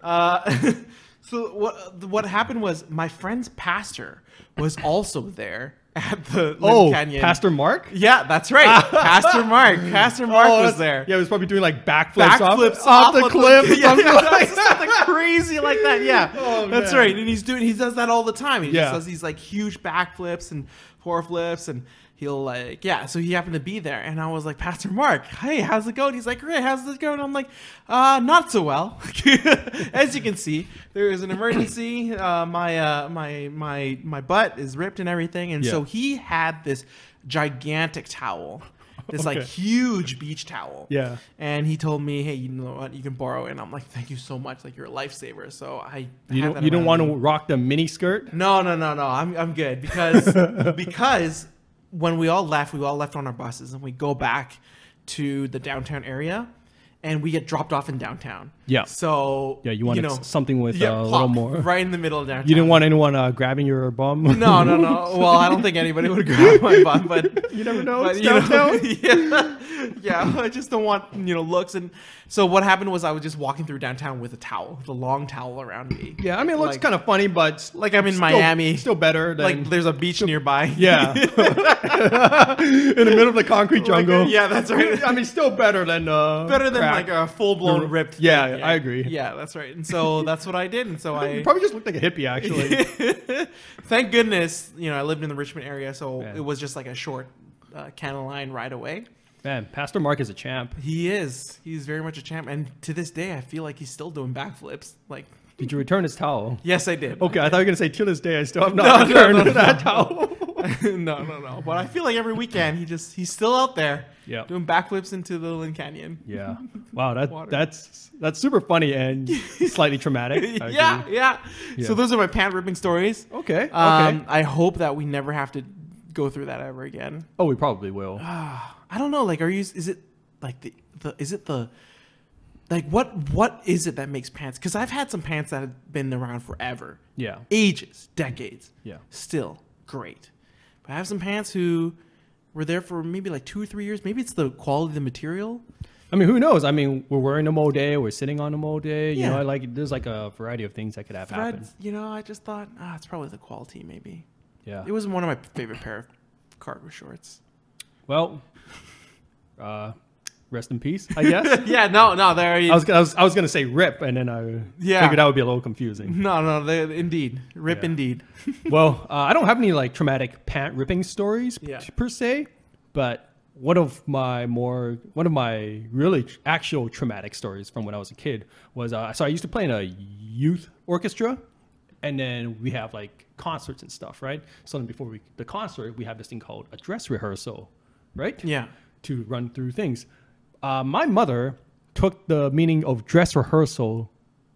Speaker 2: Uh, (laughs) so what what happened was my friend's pastor was also there at the Lynn
Speaker 1: Oh,
Speaker 2: Canyon.
Speaker 1: Pastor Mark.
Speaker 2: Yeah,
Speaker 1: (laughs)
Speaker 2: that's right. Pastor Mark. Pastor Mark
Speaker 1: Oh,
Speaker 2: was
Speaker 1: that's-
Speaker 2: there.
Speaker 1: Yeah, he was probably doing like backflips, off-
Speaker 2: Backflips
Speaker 1: off, the cliff. or
Speaker 2: (laughs) Yeah,
Speaker 1: something
Speaker 2: yeah,
Speaker 1: like that.
Speaker 2: something crazy like that. Yeah,
Speaker 1: (laughs) Oh,
Speaker 2: that's
Speaker 1: man.
Speaker 2: right. And he's doing. He does that all the time. He
Speaker 1: Yeah.
Speaker 2: just does these like huge backflips and four flips and. He'll like, yeah. So he happened to be there, and I was like, Pastor Mark, hey, how's it going? He's like, Ray, how's it going? I'm like, uh, not so well. (laughs) As you can see, there is an emergency. Uh, my uh, my my my butt is ripped and everything, and
Speaker 1: Yeah.
Speaker 2: so he had this gigantic towel, this like
Speaker 1: Okay.
Speaker 2: huge beach towel.
Speaker 1: Yeah.
Speaker 2: And he told me, hey, you know what? You can borrow it. And I'm like, thank you so much. Like, you're a lifesaver. So I.
Speaker 1: You
Speaker 2: have that
Speaker 1: don't, you don't
Speaker 2: around
Speaker 1: want to
Speaker 2: me.
Speaker 1: rock the mini skirt.
Speaker 2: No, no, no, no. I'm, I'm
Speaker 1: (laughs)
Speaker 2: good because because when we all left, we all left on our buses and we go back to the downtown area and we get dropped off in downtown.
Speaker 1: Yeah.
Speaker 2: So.
Speaker 1: Yeah, you want
Speaker 2: know,
Speaker 1: s- something with
Speaker 2: yeah,
Speaker 1: uh, a little
Speaker 2: plop,
Speaker 1: more.
Speaker 2: Right in the middle of downtown.
Speaker 1: You didn't want anyone uh, grabbing your bum.
Speaker 2: No, no,
Speaker 1: (laughs)
Speaker 2: no. Well, I don't think anybody would (laughs) grab my butt, but
Speaker 1: You never know, it's
Speaker 2: (laughs) yeah, yeah. I just don't want you know looks. And so what happened was I was just walking through downtown with a towel, with a long towel around me.
Speaker 1: yeah, I mean, it looks
Speaker 2: Like-
Speaker 1: kind of funny, but s-
Speaker 2: Like I'm in
Speaker 1: still-
Speaker 2: Miami.
Speaker 1: Still better than
Speaker 2: like there's a beach nearby.
Speaker 1: (laughs) yeah, (laughs) in the middle of the concrete
Speaker 2: (laughs) Like,
Speaker 1: jungle.
Speaker 2: yeah,
Speaker 1: (laughs)
Speaker 2: that's right. (laughs)
Speaker 1: I mean, still better than uh,
Speaker 2: Better than
Speaker 1: crack.
Speaker 2: like a full blown
Speaker 1: The-
Speaker 2: ripped. thing,
Speaker 1: yeah, I agree.
Speaker 2: Yeah, that's right. And so that's what I did. And so I
Speaker 1: You (laughs) probably just looked like a
Speaker 2: (laughs)
Speaker 1: hippie, actually.
Speaker 2: Thank goodness, you know, I lived in the Richmond area, so
Speaker 1: Yeah.
Speaker 2: it was just like a short uh, Canada line ride away.
Speaker 1: Man, Pastor Mark is a champ.
Speaker 2: He is. He's very much a champ, and to this day, I feel like he's still doing backflips. Like,
Speaker 1: Did you return his towel?
Speaker 2: yes, I did.
Speaker 1: Okay, I thought you were gonna say to this day I still have
Speaker 2: No, no,
Speaker 1: Oh, not returned
Speaker 2: (laughs) no, no.
Speaker 1: that towel. (laughs)
Speaker 2: no, (laughs) no, no. But I feel like every weekend he just he's still out there.
Speaker 1: Yeah.
Speaker 2: Doing backflips into the Lynn Canyon.
Speaker 1: Yeah. Wow, that
Speaker 2: Water.
Speaker 1: that's that's super funny
Speaker 2: (laughs)
Speaker 1: and slightly traumatic. I
Speaker 2: yeah,
Speaker 1: agree.
Speaker 2: yeah,
Speaker 1: Yeah.
Speaker 2: So those are my pant ripping stories.
Speaker 1: Okay. Okay.
Speaker 2: Um, I hope that we never have to go through that ever again. (sighs)
Speaker 1: oh, we probably will.
Speaker 2: Ah, I don't know. Like, are you? Is it like the the? Is it the? Like what? What is it that makes pants? Because I've had some pants that have been around forever.
Speaker 1: Yeah.
Speaker 2: ages, decades.
Speaker 1: Yeah.
Speaker 2: Still great. But I have some pants who were there for maybe like two or three years. Maybe it's the quality of the material.
Speaker 1: I mean, who knows? I mean, we're wearing them all day. We're sitting on them all day. You
Speaker 2: Yeah.
Speaker 1: know, like there's like a variety of things that could have happened.
Speaker 2: Threads, you know, I just thought, ah, it's probably the quality, maybe.
Speaker 1: Yeah.
Speaker 2: It wasn't one of my favorite pair of cargo shorts.
Speaker 1: Well, uh, rest in peace. I
Speaker 2: (laughs)
Speaker 1: guess.
Speaker 2: yeah, no, no, there you
Speaker 1: I was, gonna- I was I was gonna say rip, and then I
Speaker 2: Yeah.
Speaker 1: figured that would be a little confusing.
Speaker 2: (laughs) No, no, they, indeed. Rip
Speaker 1: Yeah.
Speaker 2: indeed.
Speaker 1: well, uh, I don't have any like traumatic pant ripping stories p-
Speaker 2: Yeah.
Speaker 1: per se, but one of my more one of my really tr- actual traumatic stories from when I was a kid was uh, so I used to play in a youth orchestra, and then we have like concerts and stuff, right? So then before we the concert, we have this thing called a dress rehearsal, right?
Speaker 2: Yeah.
Speaker 1: to run through things. Uh, my mother took the meaning of dress rehearsal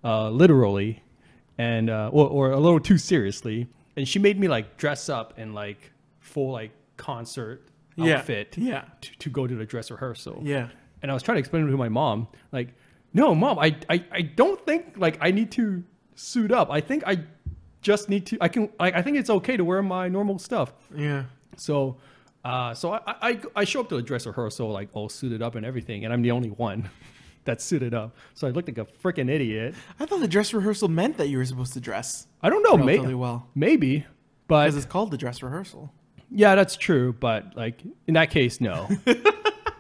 Speaker 1: uh, literally, and uh, or, or a little too seriously, and she made me like dress up in like full like concert
Speaker 2: Yeah.
Speaker 1: outfit
Speaker 2: Yeah.
Speaker 1: to, to go to the dress rehearsal.
Speaker 2: Yeah.
Speaker 1: And I was trying to explain it to my mom, like, no, mom, I, I, I don't think like I need to suit up. I think I just need to. I can. I, I think it's okay to wear my normal stuff.
Speaker 2: Yeah.
Speaker 1: So, uh, so I, I, I show up to the dress rehearsal like all suited up and everything, and I'm the only one (laughs) that's suited up. So I looked like a freaking idiot.
Speaker 2: I thought the dress rehearsal meant that you were supposed to dress
Speaker 1: I don't know, may-
Speaker 2: relatively well.
Speaker 1: maybe,
Speaker 2: Because
Speaker 1: but
Speaker 2: it's called the dress rehearsal.
Speaker 1: yeah, that's true. But like in that case,
Speaker 2: (laughs)
Speaker 1: no.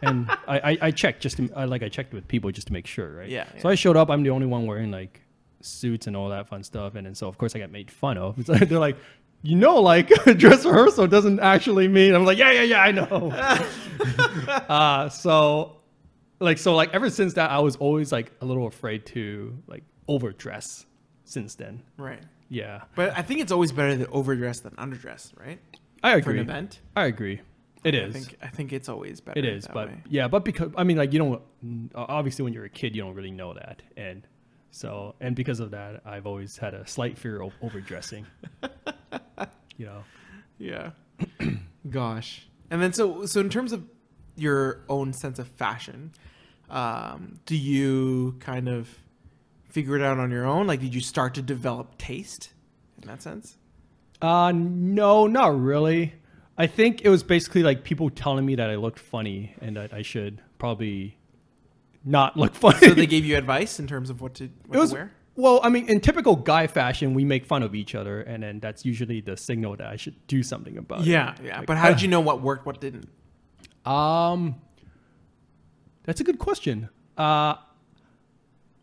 Speaker 1: and I, I, I checked just to, I, like I checked with people just to make sure, right?
Speaker 2: Yeah,
Speaker 1: So
Speaker 2: yeah.
Speaker 1: I showed up. I'm the only one wearing like suits and all that fun stuff, and then so of course I got made fun of. (laughs) It's like, they're like. You know, like (laughs) dress rehearsal doesn't actually mean. I'm like, yeah, yeah, yeah, I know. (laughs) uh so like so like ever since that i was always like a little afraid to like overdress since then
Speaker 2: Right.
Speaker 1: yeah
Speaker 2: But I think it's always better to overdress than underdress, right?
Speaker 1: i
Speaker 2: For
Speaker 1: agree
Speaker 2: an event.
Speaker 1: i agree it
Speaker 2: I
Speaker 1: is
Speaker 2: think I think it's always better.
Speaker 1: it is
Speaker 2: that
Speaker 1: but
Speaker 2: way.
Speaker 1: yeah but because i mean like you don't uh, obviously when you're a kid you don't really know that and so and because of that i've always had a slight fear of
Speaker 2: (laughs)
Speaker 1: overdressing you know
Speaker 2: yeah. (clears throat) Gosh. And then so so in terms of your own sense of fashion, um, do you kind of figure it out on your own? Like, did you start to develop taste in that (laughs) sense?
Speaker 1: Uh, no, not really. I think it was basically like people telling me that I looked funny and that I should probably not look (laughs) funny.
Speaker 2: So they gave you advice in terms of what to, what
Speaker 1: it was
Speaker 2: to wear.
Speaker 1: Well, I mean, in typical guy fashion, we make fun of each other, and then that's usually the signal that I should do something about.
Speaker 2: Yeah, uh, yeah. but how did you know what worked, what didn't?
Speaker 1: it. Um, that's a good question. Uh,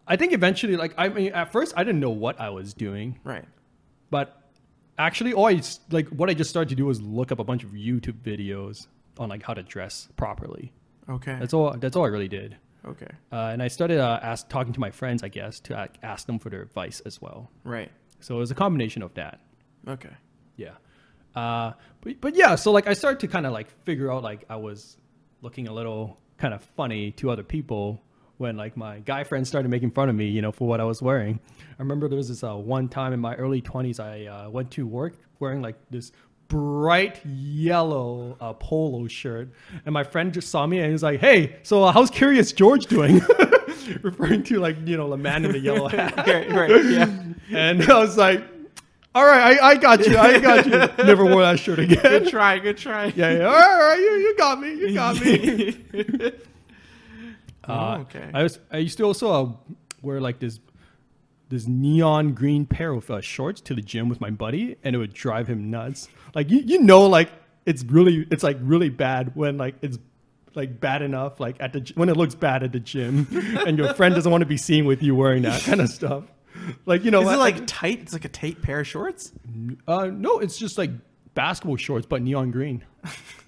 Speaker 1: I think eventually, like, I mean, at first, I didn't know what I was doing,
Speaker 2: Right.
Speaker 1: but actually, all I s- like what I just started to do was look up a bunch of YouTube videos on like how to dress properly.
Speaker 2: Okay.
Speaker 1: That's all. That's all I really did.
Speaker 2: okay.
Speaker 1: Uh, and I started uh, ask, talking to my friends, I guess, to like, ask them for their advice as well.
Speaker 2: Right.
Speaker 1: So it was a combination of that.
Speaker 2: (laughs) Okay.
Speaker 1: Yeah. Uh, but, but yeah, so like I started to kind of like figure out like I was looking a little kind of funny to other people when like my guy friends started making fun of me, you know, for what I was wearing. I remember there was this uh, one time in my early 20s, I uh, went to work wearing like this bright yellow uh, polo shirt and my friend just saw me and he was like hey so uh, how's curious george doing (laughs) referring to like you know the man in the yellow hat
Speaker 2: Okay. Right. (laughs) Yeah.
Speaker 1: (laughs) and I was like, all right, I, I got you. I got (laughs) you. Never wore that shirt again.
Speaker 2: Good try. Good try.
Speaker 1: Yeah, yeah. All right, all right, you, you got me. You got (laughs) me.
Speaker 2: (laughs) Oh, okay.
Speaker 1: Uh, I was. I used to also uh, wear like this, this neon green pair of uh, shorts to the gym with my buddy, and it would drive him nuts. Like you, you know, like it's really, it's like really bad when like it's like bad enough, like at the gy- when it looks bad at the gym, (laughs) and your friend doesn't want to be seen with you wearing that kind of stuff. Like you know,
Speaker 2: Is
Speaker 1: I-
Speaker 2: it like tight? It's like a tight pair of shorts.
Speaker 1: Uh, no, it's just like basketball shorts, but neon green.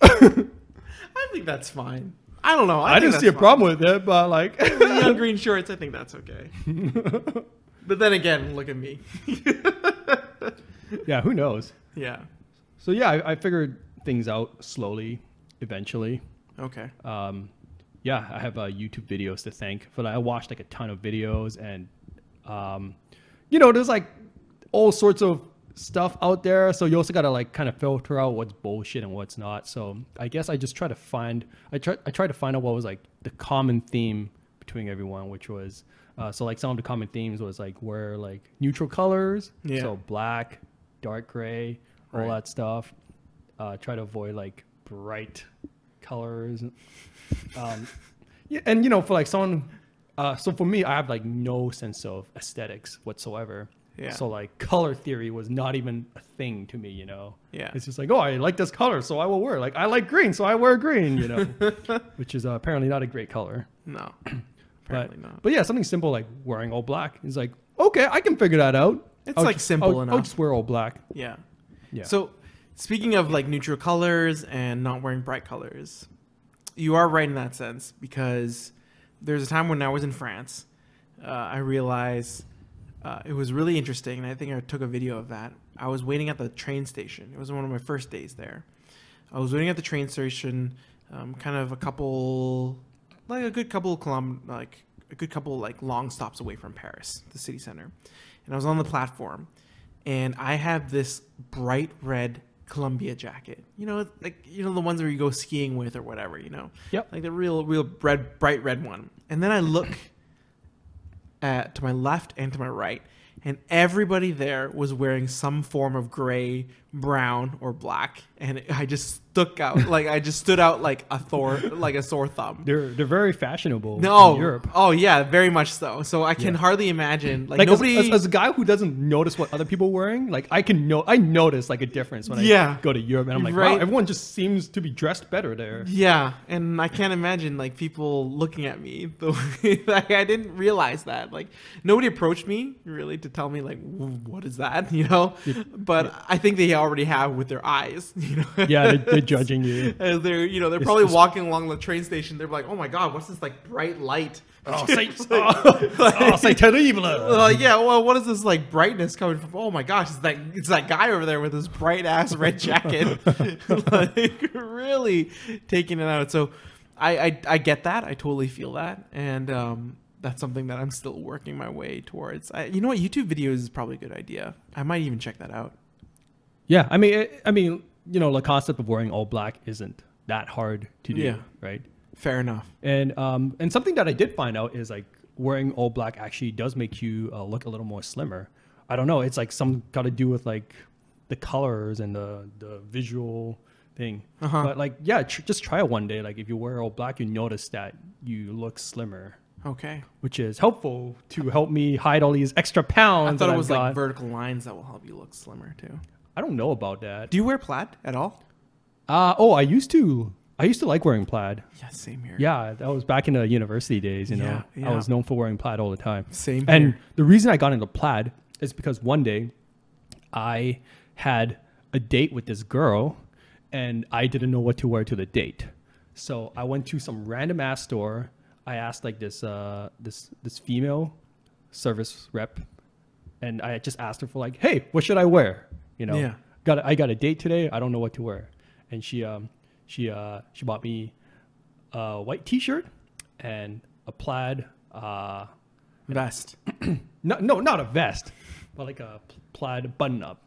Speaker 2: I think that's fine. I don't know.
Speaker 1: I,
Speaker 2: I, think
Speaker 1: didn't
Speaker 2: that's
Speaker 1: see a
Speaker 2: fine.
Speaker 1: problem with it, but like,
Speaker 2: (laughs)
Speaker 1: (laughs)
Speaker 2: Neon green shorts. I think that's okay. but then again, look at me. (laughs)
Speaker 1: yeah, who knows?
Speaker 2: yeah.
Speaker 1: So yeah, I, I figured things out slowly, eventually.
Speaker 2: Okay.
Speaker 1: Um, yeah, I have uh, YouTube videos to thank for that. I watched like a ton of videos, and um, you know, there's like all sorts of stuff out there. So you also gotta like kind of filter out what's bullshit and what's not. So I guess I just try to find I try I try to find out what was like the common theme between everyone, which was uh, so like some of the common themes was like wear like neutral colors,
Speaker 2: Yeah.
Speaker 1: so black, dark gray, all
Speaker 2: Right.
Speaker 1: that stuff. Uh, try to avoid like bright colors. Um, yeah, and you know, for like someone, uh, so for me, I have like no sense of aesthetics whatsoever.
Speaker 2: Yeah.
Speaker 1: So like color theory was not even a thing to me, you know.
Speaker 2: Yeah.
Speaker 1: It's just like, oh, I like this color, so I will wear. it. Like I like green, so I wear green, you
Speaker 2: (laughs)
Speaker 1: know, which is uh, apparently not a great color. (clears throat)
Speaker 2: No.
Speaker 1: But-
Speaker 2: Apparently not.
Speaker 1: But yeah, something simple like wearing all black is like, okay, I can figure that out.
Speaker 2: It's,
Speaker 1: I'll
Speaker 2: like,
Speaker 1: just-
Speaker 2: simple
Speaker 1: I'll- I'll
Speaker 2: enough.
Speaker 1: just wear all black.
Speaker 2: Yeah.
Speaker 1: Yeah.
Speaker 2: So, speaking of like neutral colors and not wearing bright colors, you are right in that sense because there's a time when I was in France, uh, I realized uh, it was really interesting, and I think I took a video of that. I was waiting at the train station. It was one of my first days there. I was waiting at the train station, um, kind of a couple, like a good couple of kilom- like a good couple like long stops away from Paris, the city center, and I was on the platform, and I have this bright red Columbia jacket. You know, like you know the ones where you go skiing with or whatever. You know,
Speaker 1: Yep.
Speaker 2: like the real, real red, bright red one. And then I look (laughs) at to my left and to my right, and everybody there was wearing some form of gray, brown, or black, and it- I just stuck out (laughs) like I just stood out like a thor like a sore thumb.
Speaker 1: They're they're very fashionable
Speaker 2: No,
Speaker 1: in Europe.
Speaker 2: oh yeah, very much so. So I can
Speaker 1: Yeah.
Speaker 2: hardly imagine like,
Speaker 1: Like as-
Speaker 2: nobody.
Speaker 1: as, as, a guy who doesn't notice what other people are wearing, like I can know I notice like a difference when I
Speaker 2: Yeah.
Speaker 1: go to Europe and I'm like, wow,
Speaker 2: Right.
Speaker 1: everyone just seems to be dressed better there.
Speaker 2: yeah, and I can't imagine like people looking at me. (laughs) The way, like I didn't realize that. Like nobody approached me really to tell me like "Ooh, what is that, (laughs) you know. But I think they already have with their eyes, (laughs) you know.
Speaker 1: (laughs) Yeah, they're, they're judging you.
Speaker 2: (laughs) As they're, you know, they're probably
Speaker 1: it's-
Speaker 2: walking along the train station. They're like, "Oh my god, what's this like bright light?"
Speaker 1: (laughs) Oh,
Speaker 2: (laughs)
Speaker 1: say, oh, oh, c'est terrible.
Speaker 2: Uh, yeah, well, what is this like brightness coming from? Oh my gosh, it's that it's that guy over there with his bright ass
Speaker 1: (laughs)
Speaker 2: red jacket, (laughs) like really taking it out. So, I, I I get that. I totally feel that, and um, that's something that I'm still working my way towards. I, you know what, YouTube videos is probably a good idea. I might even check that out.
Speaker 1: Yeah, I mean, it, I mean, you know, the concept of wearing all black isn't that hard to do,
Speaker 2: Yeah.
Speaker 1: right?
Speaker 2: Fair enough.
Speaker 1: And um, and something that I did find out is like wearing all black actually does make you uh, look a little more slimmer. I don't know. It's like some got to do with like the colors and the the visual thing.
Speaker 2: Uh-huh.
Speaker 1: But like, yeah, tr- just try it one day. Like, if you wear all black, you notice that you look slimmer.
Speaker 2: Okay.
Speaker 1: which is helpful to help me hide all these extra pounds.
Speaker 2: I thought
Speaker 1: that
Speaker 2: it was
Speaker 1: I've
Speaker 2: like
Speaker 1: got.
Speaker 2: vertical lines that will help you look slimmer too.
Speaker 1: I don't know about that.
Speaker 2: Do you wear plaid at all?
Speaker 1: Uh, oh, I used to. I used to like wearing plaid.
Speaker 2: Yeah, same here.
Speaker 1: Yeah, that was back in the university days. You know,
Speaker 2: Yeah,
Speaker 1: I
Speaker 2: yeah.
Speaker 1: was known for wearing plaid all the time.
Speaker 2: Same
Speaker 1: And
Speaker 2: here.
Speaker 1: the reason I got into plaid is because one day I had a date with this girl, and I didn't know what to wear to the date. So I went to some random ass store. I asked like this uh, this this female service rep, and I just asked her for like, hey, what should I wear? You know,
Speaker 2: Yeah.
Speaker 1: got a, I got a date today. I don't know what to wear, and she um she uh she bought me a white T-shirt and a plaid uh
Speaker 2: Vest.
Speaker 1: no no not a vest but like a pl- plaid button up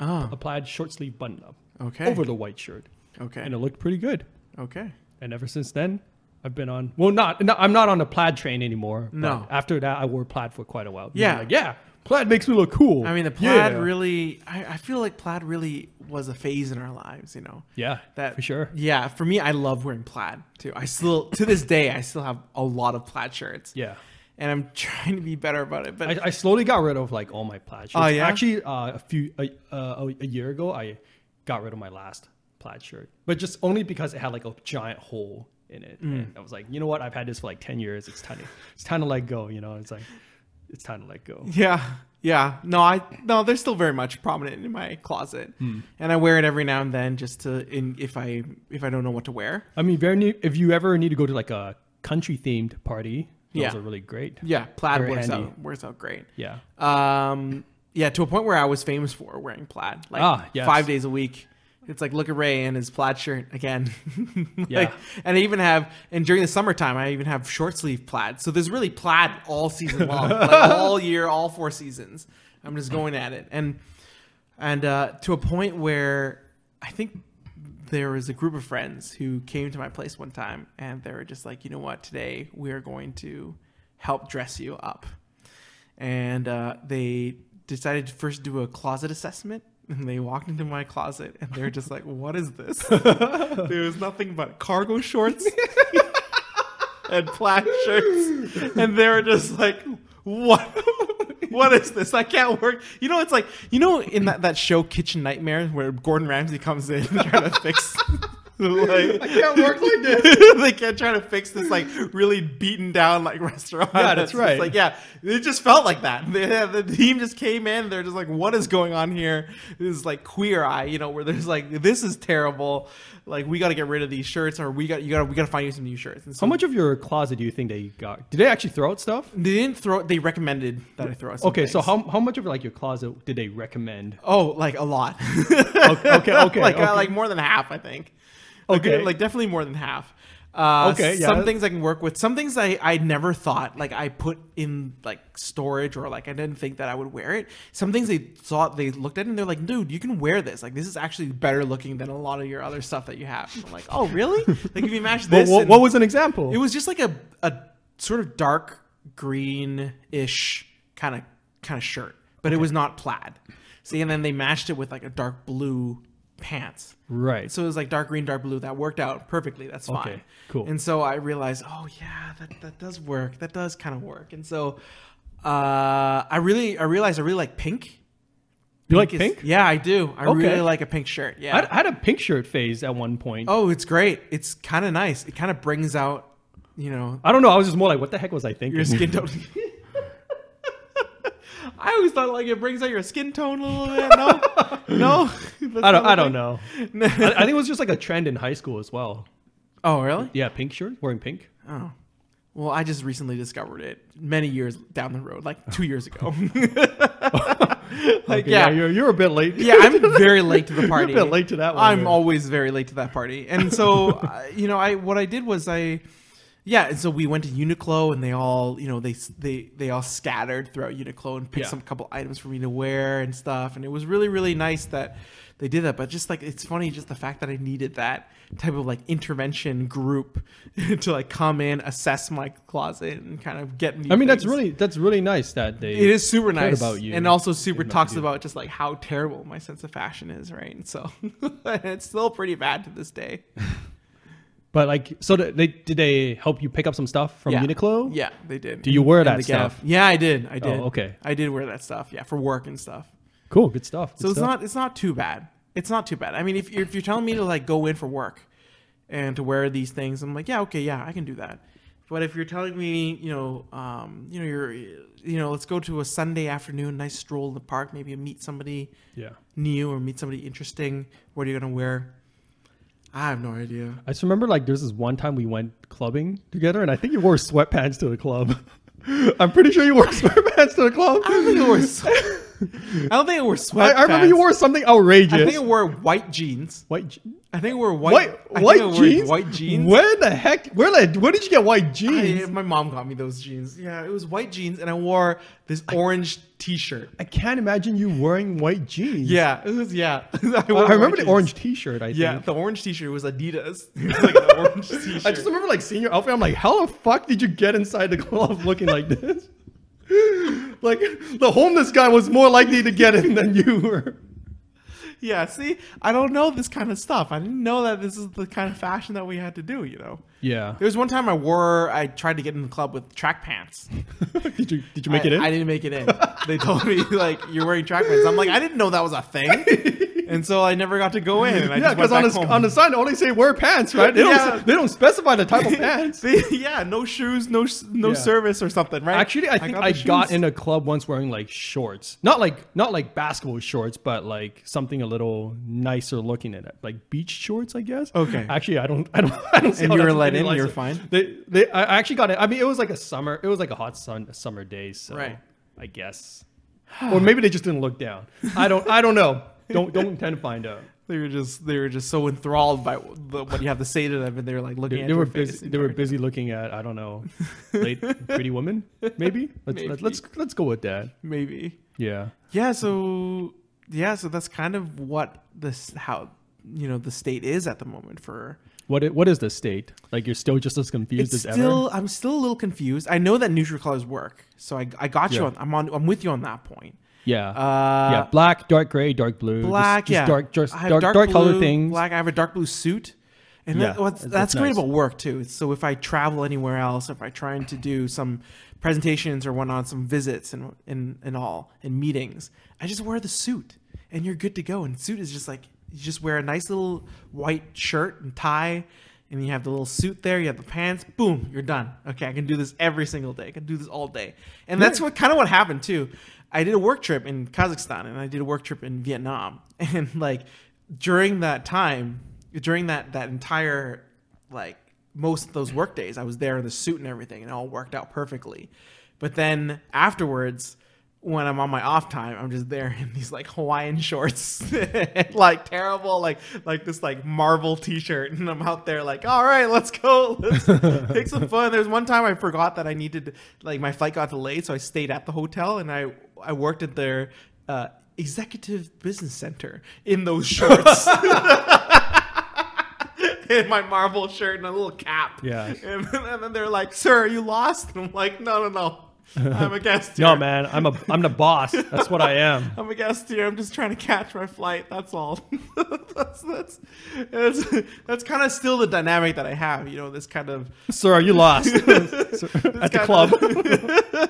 Speaker 2: Oh,
Speaker 1: a plaid short sleeve button up
Speaker 2: okay.
Speaker 1: over the white shirt
Speaker 2: okay.
Speaker 1: and it looked pretty good
Speaker 2: Okay.
Speaker 1: and ever since then I've been on well not no, I'm not on the plaid train anymore but
Speaker 2: No.
Speaker 1: after that I wore plaid for quite a while
Speaker 2: Yeah.
Speaker 1: like, yeah plaid makes me look cool
Speaker 2: I mean, the plaid
Speaker 1: Yeah.
Speaker 2: really. I, I feel like plaid really was a phase in our lives. You know.
Speaker 1: yeah
Speaker 2: That
Speaker 1: for sure
Speaker 2: Yeah, for me, I love wearing plaid too. I still to this day, I still have a lot of plaid shirts.
Speaker 1: yeah
Speaker 2: And I'm (laughs) trying to be better about it, but
Speaker 1: I, I slowly got rid of like all my plaid shirts.
Speaker 2: Oh, yeah?
Speaker 1: Actually, uh, a few a, uh, a year ago, I got rid of my last plaid shirt, but just only because it had like a giant hole in it.
Speaker 2: Mm.
Speaker 1: And I was like, you know what? I've had this for like ten years. It's time. To, it's time to let go. You know, it's like it's time to let
Speaker 2: (laughs)
Speaker 1: go.
Speaker 2: yeah, yeah. No, I no, they're still very much prominent in my closet,
Speaker 1: Hmm.
Speaker 2: and I wear it every now and then just to in if I if I don't know what to wear.
Speaker 1: I mean, very new, if you ever need to go to like a country themed party, those
Speaker 2: Yeah.
Speaker 1: are really great.
Speaker 2: Yeah, plaid
Speaker 1: Very
Speaker 2: works
Speaker 1: handy.
Speaker 2: out works out great.
Speaker 1: Yeah.
Speaker 2: Um, yeah, to a point where I was famous for wearing plaid, like
Speaker 1: Ah, yes.
Speaker 2: five days a week. It's like look at Ray in his plaid shirt again. (laughs) like,
Speaker 1: Yeah.
Speaker 2: and I even have, and during the summertime, I even have short sleeve plaid. So there's really plaid all season
Speaker 1: (laughs)
Speaker 2: long, like all year, all four seasons. I'm just going at it, and and uh, to a point where I think there was a group of friends who came to my place one time, and they were just like, you know what, today we are going to help dress you up and uh, they decided to first do a closet assessment. (laughs) And they walked into my closet and they're just like, "What is this?" (laughs) there was nothing but cargo shorts and plaid shirts, and they were just like, "What? what is this? I can't work." You know, it's like you know in that, that show Kitchen Nightmare where Gordon Ramsay comes in (laughs) trying to fix. Like, I
Speaker 1: can't work like
Speaker 2: this. (laughs) they can't try to fix this like really beaten down like (laughs) restaurant.
Speaker 1: Yeah, that's
Speaker 2: It's
Speaker 1: right.
Speaker 2: Like yeah, it just felt like that. (laughs) The, the team just came in. They're just like, what is going on here? This is like queer eye, you know, where there's like, this is terrible. Like we got to get rid of these shirts, or we got you got to we got to find you some new shirts. And
Speaker 1: (laughs)
Speaker 2: so
Speaker 1: How much of your closet do you think they got? Did they actually throw out stuff?
Speaker 2: they didn't throw. They recommended that I throw. out some
Speaker 1: Okay, so
Speaker 2: things.
Speaker 1: how, how much of like your closet did they recommend?
Speaker 2: Oh, like a lot. (laughs)
Speaker 1: okay, okay,
Speaker 2: like
Speaker 1: okay.
Speaker 2: Uh, like more than half, I think. Like,
Speaker 1: Okay.
Speaker 2: like definitely more than half. Uh,
Speaker 1: Okay, yeah.
Speaker 2: Some things I can work with. Some things I I never thought like I put in like storage or like I didn't think that I would wear it. Some things they thought they looked at it and they're like, dude, you can wear this. Like this is actually better looking than a lot of your other stuff that you have. And I'm like, oh really? like if you
Speaker 1: (laughs)
Speaker 2: match
Speaker 1: What,
Speaker 2: this,
Speaker 1: what,
Speaker 2: and-
Speaker 1: what was an example?
Speaker 2: it was just like a a sort of dark green ish kind of kind of shirt, but it was not plaid. See, and then they matched it with like a dark blue pants.
Speaker 1: right.
Speaker 2: So it was like dark green, dark blue. That worked out perfectly. That's fine.
Speaker 1: Okay, cool.
Speaker 2: And so I realized, oh yeah, that, that does work. That does kind of work. And so uh, I really I realized I really like pink.
Speaker 1: you like
Speaker 2: is-
Speaker 1: pink?
Speaker 2: Yeah, I do. I
Speaker 1: Okay.
Speaker 2: really like a pink shirt. Yeah.
Speaker 1: I, I had a pink shirt phase at one point.
Speaker 2: oh, it's great. It's kind of nice. It kind of brings out, you know,
Speaker 1: I don't know. I was just more like, what the heck was I thinking?
Speaker 2: your skin tone. (laughs) I always thought like it brings out your skin tone a little bit.
Speaker 1: (laughs)
Speaker 2: No, no. That's
Speaker 1: I
Speaker 2: not
Speaker 1: don't.
Speaker 2: a
Speaker 1: I
Speaker 2: (laughs)
Speaker 1: don't
Speaker 2: thing?
Speaker 1: know. (laughs)
Speaker 2: No.
Speaker 1: I, I think it was just like a trend in high school as well. (laughs)
Speaker 2: oh, really?
Speaker 1: Yeah, pink shirt, wearing
Speaker 2: (laughs)
Speaker 1: pink.
Speaker 2: Oh, well, I just recently discovered it many years down the road,
Speaker 1: Oh.
Speaker 2: like two
Speaker 1: (laughs)
Speaker 2: years ago. like
Speaker 1: Okay,
Speaker 2: yeah,
Speaker 1: you're, you're a bit late.
Speaker 2: yeah,
Speaker 1: (laughs)
Speaker 2: I'm very late to the party.
Speaker 1: You're a bit late to that one.
Speaker 2: I'm
Speaker 1: man.
Speaker 2: always very late to that party, and
Speaker 1: (laughs)
Speaker 2: so uh, you know, I what I did was I, yeah, and so we went to Uniqlo, and they all, you know, they they they all scattered throughout Uniqlo and picked
Speaker 1: Yeah.
Speaker 2: some couple items for me to wear and stuff, and it was really really nice that they did that. But just like it's funny, just the fact that I needed that type of like intervention group (laughs) to like come in, assess my closet, and kind of get me.
Speaker 1: I mean, that's really that's really nice that they.
Speaker 2: It is super nice
Speaker 1: about you
Speaker 2: and also super
Speaker 1: about
Speaker 2: talks
Speaker 1: you.
Speaker 2: about just like how terrible (laughs) my sense of fashion is, right? And so it's still pretty bad to this day.
Speaker 1: But like, so did they did they help you pick up some stuff from
Speaker 2: yeah.
Speaker 1: Uniqlo?
Speaker 2: Yeah, they did.
Speaker 1: Do you wear
Speaker 2: In
Speaker 1: that
Speaker 2: the Gap.
Speaker 1: stuff?
Speaker 2: Yeah, I did. I
Speaker 1: Oh,
Speaker 2: did.
Speaker 1: okay.
Speaker 2: I did wear that stuff. Yeah, for work and stuff.
Speaker 1: Cool, good stuff.
Speaker 2: So it's not it's not too bad. It's not too bad. I mean, if you're, if you're telling me to like go in for work and to wear these things, I'm like, yeah, okay, yeah, I can do that. But if you're telling me, you know, um, you know, you're, you know, let's go to a Sunday afternoon, nice stroll in the park, maybe meet somebody
Speaker 1: Yeah,
Speaker 2: new or meet somebody interesting. What are you gonna wear? I have no idea.
Speaker 1: I just remember like there's this one time we went clubbing together, and I think you wore sweatpants to the club. (laughs) I'm pretty sure you wore (laughs) sweatpants to the club.
Speaker 2: I don't think it was. (laughs) I don't think it wore
Speaker 1: I,
Speaker 2: sweat.
Speaker 1: I remember you wore something outrageous.
Speaker 2: I think it wore white jeans.
Speaker 1: white, je-
Speaker 2: I think it wore white.
Speaker 1: white,
Speaker 2: I think it
Speaker 1: white
Speaker 2: wore
Speaker 1: jeans.
Speaker 2: White jeans.
Speaker 1: Where the heck? Where the, Where did you get white
Speaker 2: I,
Speaker 1: jeans?
Speaker 2: my mom got me those jeans. Yeah, it was white jeans, and I wore this orange T-shirt.
Speaker 1: I can't imagine you wearing white jeans.
Speaker 2: Yeah, it was. Yeah, (laughs) I,
Speaker 1: I,
Speaker 2: wore
Speaker 1: I remember the
Speaker 2: jeans.
Speaker 1: orange T-shirt. I
Speaker 2: Yeah,
Speaker 1: think.
Speaker 2: the orange T-shirt was Adidas. (laughs) It was like an orange
Speaker 1: (laughs)
Speaker 2: T-shirt.
Speaker 1: I just remember like seeing your outfit. I'm like, how the fuck did you get inside the club (laughs) looking like this? like the homeless guy was more likely to get in than you were.
Speaker 2: yeah, see, I don't know this kind of stuff. I didn't know that this is the kind of fashion that we had to do. You know,
Speaker 1: Yeah.
Speaker 2: there was one time I wore. I tried to get in the club with track pants.
Speaker 1: (laughs) did you Did you make
Speaker 2: I,
Speaker 1: it in?
Speaker 2: I didn't make it in. They told me (laughs) like you're wearing track pants. I'm like, I didn't know that was
Speaker 1: (laughs)
Speaker 2: a thing, and so I never got to go in. And I
Speaker 1: yeah,
Speaker 2: just went
Speaker 1: because on
Speaker 2: back
Speaker 1: the
Speaker 2: home. (laughs)
Speaker 1: on the sign they only say wear pants, right? They
Speaker 2: Yeah.
Speaker 1: don't s- They don't specify the
Speaker 2: (laughs)
Speaker 1: type of pants.
Speaker 2: See, yeah, no shoes, no s- no
Speaker 1: Yeah.
Speaker 2: service or something, right?
Speaker 1: Actually, I think I,
Speaker 2: the
Speaker 1: got
Speaker 2: shoes.
Speaker 1: in a club once wearing like shorts, not like not like basketball shorts, but like something a little nicer looking at it, like beach shorts, I guess.
Speaker 2: Okay.
Speaker 1: Actually, I don't, I don't, (laughs) I don't. see
Speaker 2: And
Speaker 1: how
Speaker 2: you were
Speaker 1: that's
Speaker 2: let
Speaker 1: any
Speaker 2: in, you
Speaker 1: nicer.
Speaker 2: were fine?
Speaker 1: They, they, I actually got it. I mean, it was like a summer, it was like a hot sun summer day, so
Speaker 2: Right.
Speaker 1: I guess, or maybe they just didn't look down. I don't, I don't know. Don't don't intend to find
Speaker 2: (laughs)
Speaker 1: out.
Speaker 2: They were just they were just so enthralled by the, what you have to say to them, and they were like looking
Speaker 1: They,
Speaker 2: at
Speaker 1: they
Speaker 2: your
Speaker 1: were
Speaker 2: face
Speaker 1: busy.
Speaker 2: and
Speaker 1: They were
Speaker 2: everything.
Speaker 1: busy looking at I don't know, late
Speaker 2: (laughs)
Speaker 1: pretty women. Maybe let's
Speaker 2: Maybe.
Speaker 1: let's let's let's go with that.
Speaker 2: Maybe.
Speaker 1: Yeah.
Speaker 2: Yeah. So yeah. So that's kind of what this how you know the state is at the moment for.
Speaker 1: What i- what is the state? Like you're still just as confused as
Speaker 2: It's
Speaker 1: ever.
Speaker 2: still I'm still a little confused. I know that neutral colors work, so I, I got you
Speaker 1: Yeah.
Speaker 2: on. I'm on. I'm with you on that point.
Speaker 1: Yeah.
Speaker 2: Uh,
Speaker 1: yeah. Black, dark gray, dark blue. just-
Speaker 2: black,
Speaker 1: just,
Speaker 2: yeah,
Speaker 1: Dark, just
Speaker 2: I have
Speaker 1: dark, dark color
Speaker 2: blue,
Speaker 1: things.
Speaker 2: Black. I have a dark blue suit, and
Speaker 1: Yeah,
Speaker 2: that, what's,
Speaker 1: that's
Speaker 2: that's great
Speaker 1: nice.
Speaker 2: about work too. So if I travel anywhere else, if I'm trying to do some presentations or one on some visits and and and all and meetings, I just wear the suit, and you're good to go. And suit is just like you just wear a nice little white shirt and tie. And you have the little suit there, you have the pants, boom, you're done. Okay, I can do this every single day. I can do this all day. And that's what kind of what happened too. I did a work trip in Kazakhstan and I did a work trip in Vietnam. (laughs) And like during that time, during that that entire like most of those work days, I was there in the suit and everything, and it all worked out perfectly. But then afterwards, when I'm on my off time, I'm just there (laughs) in these like Hawaiian shorts, (laughs) like terrible, like like this like Marvel T-shirt, and I'm out there like, all right, let's go, (laughs) let's take some fun. There's one time I forgot that I needed like my flight got delayed, so I stayed at the hotel and I I worked at their uh, executive business center in those (laughs) shorts. (laughs) In my Marvel shirt and a little cap.
Speaker 1: Yeah.
Speaker 2: And then, and then they're like, Sir, are you lost? And I'm like, No, no, no. I'm a guest
Speaker 1: (laughs)
Speaker 2: here.
Speaker 1: no man, I'm
Speaker 2: (laughs)
Speaker 1: a I'm the boss. That's what I am.
Speaker 2: I'm a guest here. I'm just trying to catch my flight. That's all. (laughs) that's that's that's, that's kind of still the dynamic that I have. You know, this kind of
Speaker 1: (laughs)
Speaker 2: (laughs)
Speaker 1: Sir, are you lost Sir,
Speaker 2: this
Speaker 1: at the
Speaker 2: kind
Speaker 1: club?
Speaker 2: of-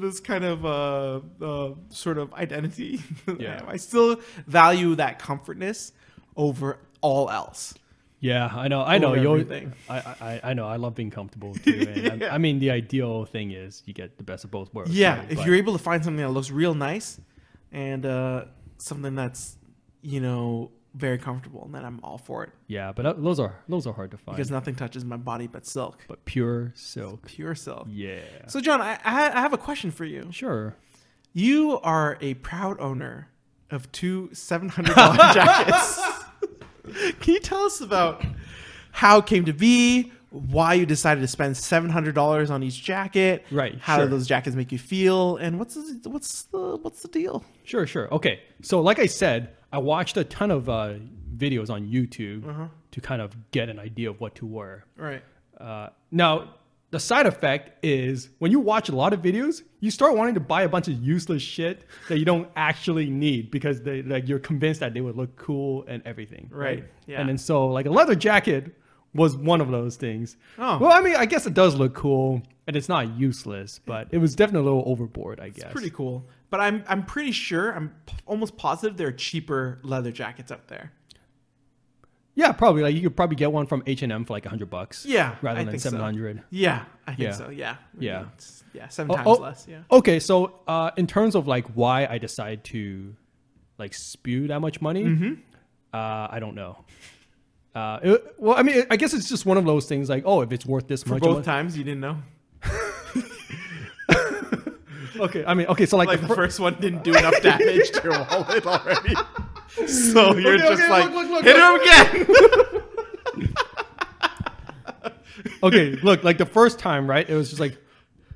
Speaker 2: this kind of uh, uh, sort of identity. (laughs) that I
Speaker 1: Yeah.
Speaker 2: have. I still value that comfortness over all else.
Speaker 1: (laughs) yeah, I know. I know.
Speaker 2: Over
Speaker 1: You always-
Speaker 2: everything.
Speaker 1: I, I I know. I love being
Speaker 2: (laughs)
Speaker 1: comfortable too. And I, I mean, the ideal thing is you get the best of both worlds.
Speaker 2: Yeah,
Speaker 1: right?
Speaker 2: if
Speaker 1: But-
Speaker 2: you're able to find something that looks real nice and uh, something that's you know very comfortable, then I'm all for it
Speaker 1: yeah, but that- those are those are hard to find.
Speaker 2: because nothing touches my body but silk,
Speaker 1: but pure silk.
Speaker 2: pure silk.
Speaker 1: Yeah.
Speaker 2: So, John, I, I ha- I have a question for you.
Speaker 1: Sure.
Speaker 2: You are a proud owner of two seven hundred
Speaker 1: (laughs)
Speaker 2: dollar jackets. Can you tell us about how it came to be, why you decided to spend seven hundred dollars on each jacket,
Speaker 1: Right,
Speaker 2: How
Speaker 1: sure.
Speaker 2: do those jackets make you feel, and what's the, what's the what's the deal?
Speaker 1: Sure, sure. Okay. So, like I said, I watched a ton of uh, videos on YouTube
Speaker 2: Uh-huh.
Speaker 1: to kind of get an idea of what to wear.
Speaker 2: Right.
Speaker 1: Uh, now, the side effect is when you watch a lot of videos, you start wanting to buy a bunch of useless shit that you don't actually need because they like you're convinced that they would look cool and everything.
Speaker 2: Right, yeah.
Speaker 1: And then so like a leather jacket was one of those things.
Speaker 2: Oh.
Speaker 1: Well, I mean, I guess it does look cool, and it's not useless, but it was definitely a little overboard. I guess.
Speaker 2: It's pretty cool. But I'm I'm pretty sure I'm p- almost positive there are cheaper leather jackets out there.
Speaker 1: Yeah, probably. Like you could probably get one from H and M for like hundred bucks.
Speaker 2: Yeah,
Speaker 1: Rather
Speaker 2: I
Speaker 1: than
Speaker 2: think so.
Speaker 1: seven hundred.
Speaker 2: Yeah, I think
Speaker 1: Yeah.
Speaker 2: so. Yeah.
Speaker 1: Yeah.
Speaker 2: It's- yeah, seven
Speaker 1: Oh,
Speaker 2: times
Speaker 1: oh.
Speaker 2: less. Yeah.
Speaker 1: Okay, so uh, in terms of like why I decide to like spew that much money,
Speaker 2: Mm-hmm.
Speaker 1: uh, I don't know. Uh, it- well, I mean, I guess it's just one of those things. Like, oh, if it's worth this
Speaker 2: For
Speaker 1: much,
Speaker 2: both times, you didn't know.
Speaker 1: okay. I mean, okay. So (laughs) like,
Speaker 2: Like
Speaker 1: the
Speaker 2: the
Speaker 1: fir-
Speaker 2: first one didn't do enough damage to your
Speaker 1: (laughs)
Speaker 2: wallet already. So you're
Speaker 1: Okay,
Speaker 2: just
Speaker 1: okay,
Speaker 2: like,
Speaker 1: look, look, look,
Speaker 2: hit him
Speaker 1: (laughs)
Speaker 2: again. (laughs)
Speaker 1: okay, look, like the first time, right? It was just like,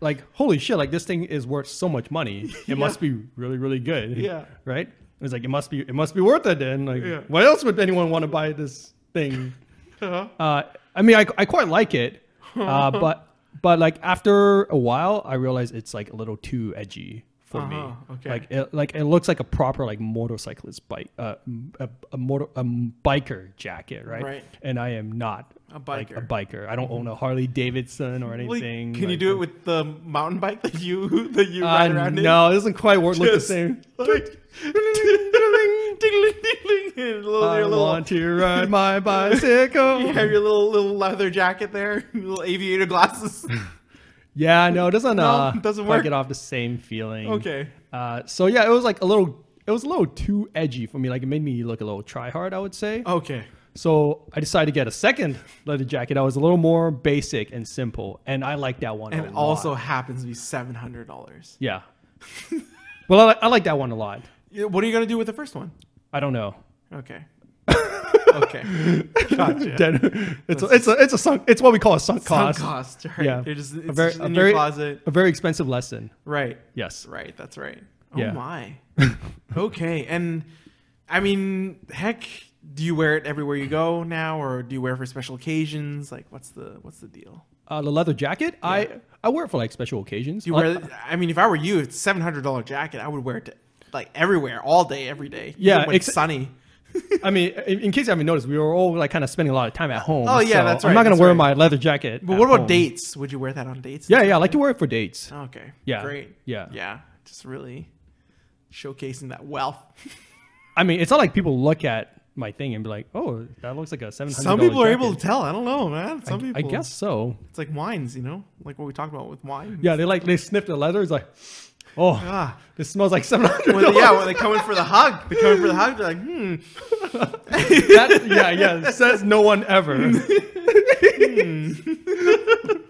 Speaker 1: like holy shit, like this thing is worth so much money.
Speaker 2: (laughs)
Speaker 1: It must be really, really good.
Speaker 2: Yeah.
Speaker 1: Right. It was like it must be, it must be worth it. Then, like,
Speaker 2: Yeah.
Speaker 1: why else would anyone want to buy this
Speaker 2: (laughs)
Speaker 1: thing?
Speaker 2: Uh-huh.
Speaker 1: Uh, I mean, I, I quite like it,
Speaker 2: (laughs)
Speaker 1: uh, but but like after a while, I realized it's like a little too edgy for me.
Speaker 2: Uh-huh, okay.
Speaker 1: Like it, like it looks like a proper like motorcyclist bike, uh, m- a, a motor a m- biker jacket, right?
Speaker 2: Right. Oh,
Speaker 1: And I am not
Speaker 2: A
Speaker 1: like,
Speaker 2: biker.
Speaker 1: a biker. I don't own a Harley Davidson or
Speaker 2: Like,
Speaker 1: anything.
Speaker 2: can you
Speaker 1: like-
Speaker 2: do it with the mountain bike that you (laughs) that you
Speaker 1: Uh,
Speaker 2: ride around in?
Speaker 1: no, it doesn't quite work. Look the
Speaker 2: Just-
Speaker 1: same.
Speaker 2: (laughs)
Speaker 1: (laughs)
Speaker 2: Like, ding-a-ling, ding-a-ling, ding-a-ling, and little-
Speaker 1: I
Speaker 2: your little-
Speaker 1: want
Speaker 2: (laughs)
Speaker 1: to ride my bicycle.
Speaker 2: You have your little little leather jacket there, (laughs) your little aviator
Speaker 1: (laughs)
Speaker 2: glasses.
Speaker 1: Yeah, no, it doesn't.
Speaker 2: No,
Speaker 1: uh,
Speaker 2: it doesn't
Speaker 1: quite
Speaker 2: work.
Speaker 1: Get off the same feeling.
Speaker 2: Okay.
Speaker 1: Uh, so yeah, it was like a little. It was a little too edgy for me. Like it made me look a little try hard, I would say.
Speaker 2: Okay.
Speaker 1: So I decided to get a second leather jacket. I was a little more basic and simple, and I like that one.
Speaker 2: And
Speaker 1: a
Speaker 2: it also
Speaker 1: lot.
Speaker 2: happens to be seven hundred dollars.
Speaker 1: yeah. (laughs) well, I, li- I like that one a lot.
Speaker 2: What are you gonna do with the first one?
Speaker 1: I don't know. (laughs)
Speaker 2: Okay. okay. Gotcha.
Speaker 1: Then- it's a, it's a it's a sunk. It's what we call a sunk
Speaker 2: Sunk
Speaker 1: cost.
Speaker 2: cost. Right?
Speaker 1: Yeah.
Speaker 2: They're just,
Speaker 1: A
Speaker 2: it's
Speaker 1: very-
Speaker 2: just
Speaker 1: a
Speaker 2: in
Speaker 1: very-
Speaker 2: your closet.
Speaker 1: A very expensive lesson.
Speaker 2: Right.
Speaker 1: Yes.
Speaker 2: Right. That's right.
Speaker 1: Yeah. (laughs)
Speaker 2: Oh my. okay. And I mean, heck, do you wear it everywhere you go now, or do you wear it for special occasions? Like, what's the what's the deal?
Speaker 1: Uh, the leather jacket. I I wear it for like special occasions. Uh,
Speaker 2: Do you wear? I mean, if I were you, it's seven hundred dollar jacket. I would wear it to, like everywhere, all day, every day.
Speaker 1: Yeah,
Speaker 2: even when
Speaker 1: ex-
Speaker 2: it's sunny.
Speaker 1: (laughs) I mean, in, in case you haven't noticed, we were all like kind of spending a lot of time at home.
Speaker 2: Oh, yeah,
Speaker 1: so
Speaker 2: that's
Speaker 1: I'm
Speaker 2: right,
Speaker 1: not gonna
Speaker 2: that's
Speaker 1: wear
Speaker 2: right.
Speaker 1: my leather jacket.
Speaker 2: But
Speaker 1: at
Speaker 2: what about
Speaker 1: home.
Speaker 2: dates? Oh. Would you wear that on dates?
Speaker 1: Yeah, yeah, I like to wear it for dates.
Speaker 2: Okay.
Speaker 1: Yeah.
Speaker 2: Great.
Speaker 1: Yeah.
Speaker 2: Yeah. Just really showcasing that wealth.
Speaker 1: I mean, it's not like people look at my thing and be like, "Oh, that looks like a seven hundred.
Speaker 2: Some people are able to tell. I don't know, man. Some people.
Speaker 1: I guess so.
Speaker 2: it's like wines, you know, like what we talked about with wine.
Speaker 1: Yeah, they like they sniff the leather. It's like, oh,
Speaker 2: Ah.
Speaker 1: (laughs) this smells like seven hundred.
Speaker 2: When they, yeah, when they come in for the hug, they come in for the hug. They're like, hmm,
Speaker 1: that, yeah, yeah. Says no one
Speaker 2: (laughs)
Speaker 1: ever.
Speaker 2: a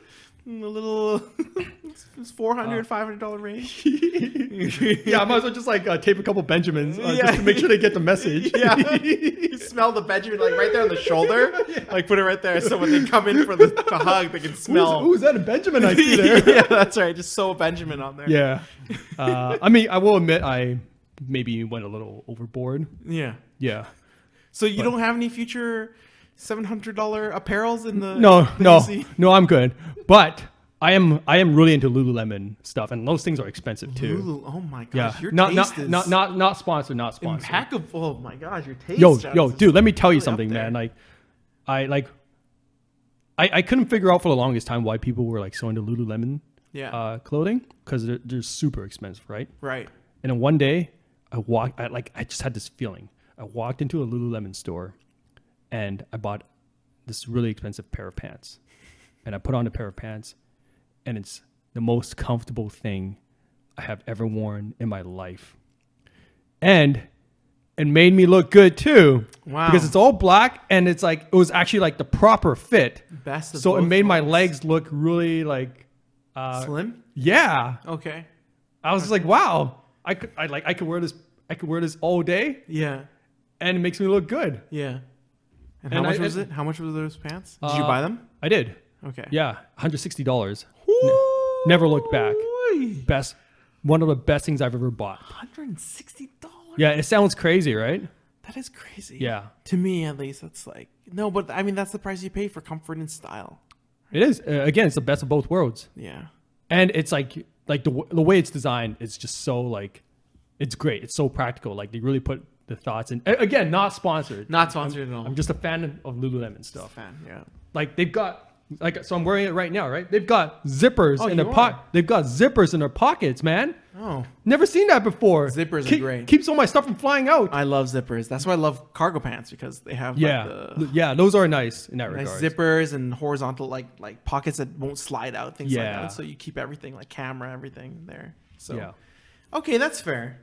Speaker 2: little, (laughs) it's, it's
Speaker 1: Uh.
Speaker 2: 400 500 dollar range.
Speaker 1: yeah, I might as well just like uh, tape a couple Benjamins uh,
Speaker 2: Yeah.
Speaker 1: just to make sure they get the message. (laughs)
Speaker 2: Yeah, (laughs) you smell the Benjamin like right there on the shoulder. Like put it right there, so when they come in for the, the hug, they can smell.
Speaker 1: Who's, who's that? A Benjamin I
Speaker 2: (laughs)
Speaker 1: see there.
Speaker 2: yeah, that's right. Just sew a Benjamin on there.
Speaker 1: Yeah. Uh, I mean, I will admit I maybe went a little overboard.
Speaker 2: yeah.
Speaker 1: Yeah.
Speaker 2: So you don't have any future seven hundred dollar apparels in the
Speaker 1: No,
Speaker 2: that you
Speaker 1: no,
Speaker 2: (laughs) see?
Speaker 1: no, I'm good. But I am I am really into Lululemon stuff, and those things are expensive too.
Speaker 2: Lulu- oh my
Speaker 1: yeah.
Speaker 2: gosh, your
Speaker 1: not,
Speaker 2: taste
Speaker 1: not,
Speaker 2: is
Speaker 1: not not not sponsored, not sponsored.
Speaker 2: impeccable. Oh my gosh, your taste.
Speaker 1: yo,
Speaker 2: Jonas,
Speaker 1: yo,
Speaker 2: is
Speaker 1: dude, let me tell you
Speaker 2: really up
Speaker 1: something, man.
Speaker 2: there.
Speaker 1: Like, I like. I, I couldn't figure out for the longest time why people were like so into Lululemon
Speaker 2: yeah,
Speaker 1: uh, clothing because they're, they're super expensive, right?
Speaker 2: right.
Speaker 1: And then one day, I walked. I like. I just had this feeling. I walked into a Lululemon store, and I bought this really expensive pair of pants. And I put on a pair of pants, and it's the most comfortable thing I have ever worn in my life. And it made me look good too.
Speaker 2: Wow.
Speaker 1: Because it's all black, and it's like it was actually like the proper fit.
Speaker 2: Best. Of
Speaker 1: So it
Speaker 2: both
Speaker 1: made my
Speaker 2: worlds.
Speaker 1: legs look really like, uh,
Speaker 2: slim.
Speaker 1: yeah.
Speaker 2: Okay.
Speaker 1: I was just like, wow, I could, I like, I could wear this, I could wear this all day,
Speaker 2: Yeah,
Speaker 1: and it makes me look good.
Speaker 2: yeah. And, how
Speaker 1: And I-
Speaker 2: much was
Speaker 1: I-
Speaker 2: it? How much were those pants? Did you
Speaker 1: Uh,
Speaker 2: buy them?
Speaker 1: I did,
Speaker 2: Okay.
Speaker 1: yeah, one hundred sixty dollars. never looked back. Best, one of the best things I've ever bought.
Speaker 2: Hundred and sixty dollars.
Speaker 1: Yeah, it sounds crazy, right?
Speaker 2: That is crazy.
Speaker 1: Yeah,
Speaker 2: To me, at least, that's like no, but I mean, that's the price you pay for comfort and style.
Speaker 1: it is. Uh, again, it's the best of both worlds,
Speaker 2: Yeah.
Speaker 1: and it's like, like the w- the way it's designed, it's just so like, it's great. It's so practical. Like they really put the thoughts. And a- again, not sponsored.
Speaker 2: Not sponsored at all.
Speaker 1: I'm just a fan of Lululemon stuff.
Speaker 2: fan. Yeah.
Speaker 1: Like they've got like so I'm wearing it right now, right? They've got zippers
Speaker 2: Oh,
Speaker 1: in their
Speaker 2: you
Speaker 1: pocket.
Speaker 2: are.
Speaker 1: They've got zippers in their pockets, man.
Speaker 2: Oh,
Speaker 1: Never seen that before.
Speaker 2: Zippers are
Speaker 1: Keep-
Speaker 2: great.
Speaker 1: Keeps all my stuff from flying out.
Speaker 2: I love zippers. That's why I love cargo pants because they have
Speaker 1: yeah,
Speaker 2: like, the
Speaker 1: Th- yeah, those are nice in that
Speaker 2: nice
Speaker 1: regard.
Speaker 2: zippers and horizontal like like pockets that won't slide out, things
Speaker 1: Yeah.
Speaker 2: like that. So you keep everything like camera, everything there. So
Speaker 1: Yeah,
Speaker 2: okay, that's fair.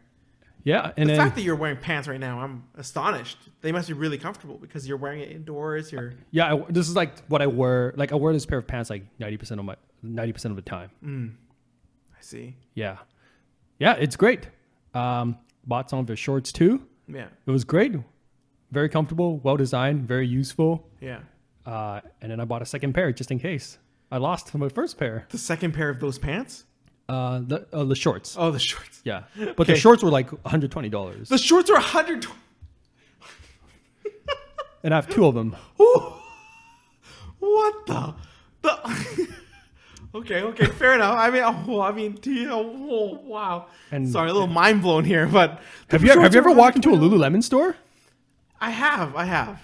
Speaker 1: yeah, and
Speaker 2: the
Speaker 1: then
Speaker 2: fact that you're wearing pants right now, I'm astonished. They must be really comfortable because you're wearing it indoors. You're
Speaker 1: yeah, I, this is like what I wear. Like I wear this pair of pants like ninety percent of my ninety percent of the time.
Speaker 2: Mm. I see.
Speaker 1: Yeah, yeah, it's great. Um, bought some of his shorts too.
Speaker 2: Yeah.
Speaker 1: It was great, very comfortable, well designed, very useful.
Speaker 2: Yeah.
Speaker 1: Uh, and then I bought a second pair just in case I lost my first pair.
Speaker 2: The second pair of those pants?
Speaker 1: Uh, the uh, the shorts.
Speaker 2: Oh, the shorts.
Speaker 1: (laughs) Yeah, but the
Speaker 2: Okay.
Speaker 1: shorts were like one hundred twenty dollars,
Speaker 2: The shorts are 120.
Speaker 1: and I have two of (laughs) them.
Speaker 2: Ooh. What the? The. (laughs) okay, okay, fair enough. I mean, oh, I mean, do you- oh, wow.
Speaker 1: And-
Speaker 2: Sorry, a little mind blown here, but
Speaker 1: Have you have
Speaker 2: shorts
Speaker 1: you
Speaker 2: are
Speaker 1: ever walked into a
Speaker 2: 120.
Speaker 1: Lululemon store?
Speaker 2: I have, I have.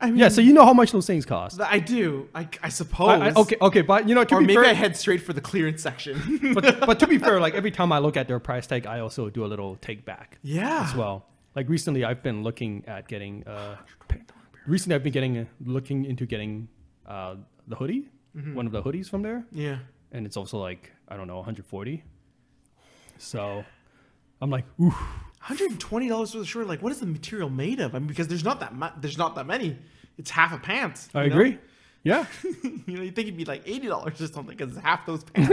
Speaker 2: I mean,
Speaker 1: Yeah, so you know how much those things cost.
Speaker 2: I do. I, I suppose.
Speaker 1: I- I- okay, okay, but you know to
Speaker 2: Or
Speaker 1: be
Speaker 2: maybe
Speaker 1: fair,
Speaker 2: I head straight for the clearance section.
Speaker 1: (laughs)
Speaker 2: (laughs)
Speaker 1: but, but to be fair, like every time I look at their price tag, I also do a little take back
Speaker 2: yeah.
Speaker 1: as well. Like recently, I've been looking at getting. Uh, recently, I've been getting uh, looking into getting uh, the hoodie, one of the hoodies from there,
Speaker 2: Yeah.
Speaker 1: and it's also like I don't know 140. So, I'm like, ooh,
Speaker 2: $120 for the shirt. Like, what is the material made of? I mean, because there's not that mu- there's not that many. It's half a pants.
Speaker 1: I
Speaker 2: you know?
Speaker 1: agree. Yeah,
Speaker 2: (laughs) you know, you think it'd be like eighty dollars or something because it's half (laughs) those pants.